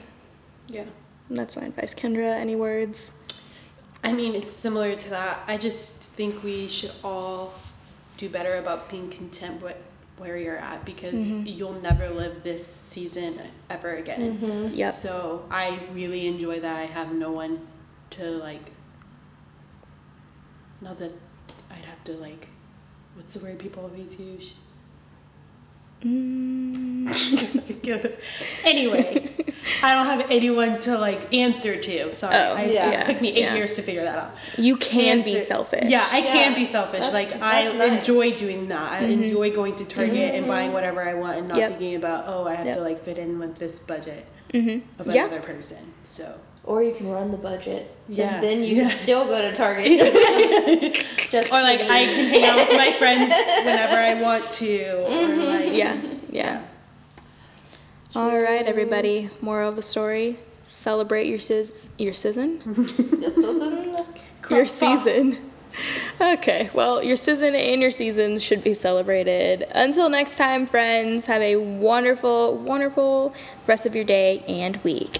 Yeah.
And that's my advice. Kendra, any words?
I mean, it's similar to that. I just think we should all do better about being content with where you're at because
Mm-hmm.
you'll never live this season ever again.
Mm-hmm.
Yep.
So I really enjoy that. I have no one to like. Not that I'd have to like. What's the word people always use?
Mm,
anyway, I don't have anyone to like answer to. Sorry,
Oh,
I,
yeah.
it took me eight
Yeah.
years to figure that out.
You can be
Answer-
selfish.
Yeah, I can
Yeah.
be selfish.
That's-
like I
that's nice. Mm-hmm.
enjoy doing that. I enjoy going to Target and buying whatever I want and not
Mm-hmm. Yep.
thinking about oh I have
Yep.
to like fit in with this budget
Mm-hmm.
of
Yeah.
another person. So
Or you can run the budget.
Yeah.
And then you
Yeah.
can still go to Target. just
or like
for
I
the-
can hang out with my friends whenever I want to. Or like
Mm-hmm. Yeah. Yeah. All right, everybody. Moral of the story celebrate your, sis- your season.
Just listen.
your season. Okay, well, your season and your seasons should be celebrated. Until next time, friends, have a wonderful, wonderful rest of your day and week.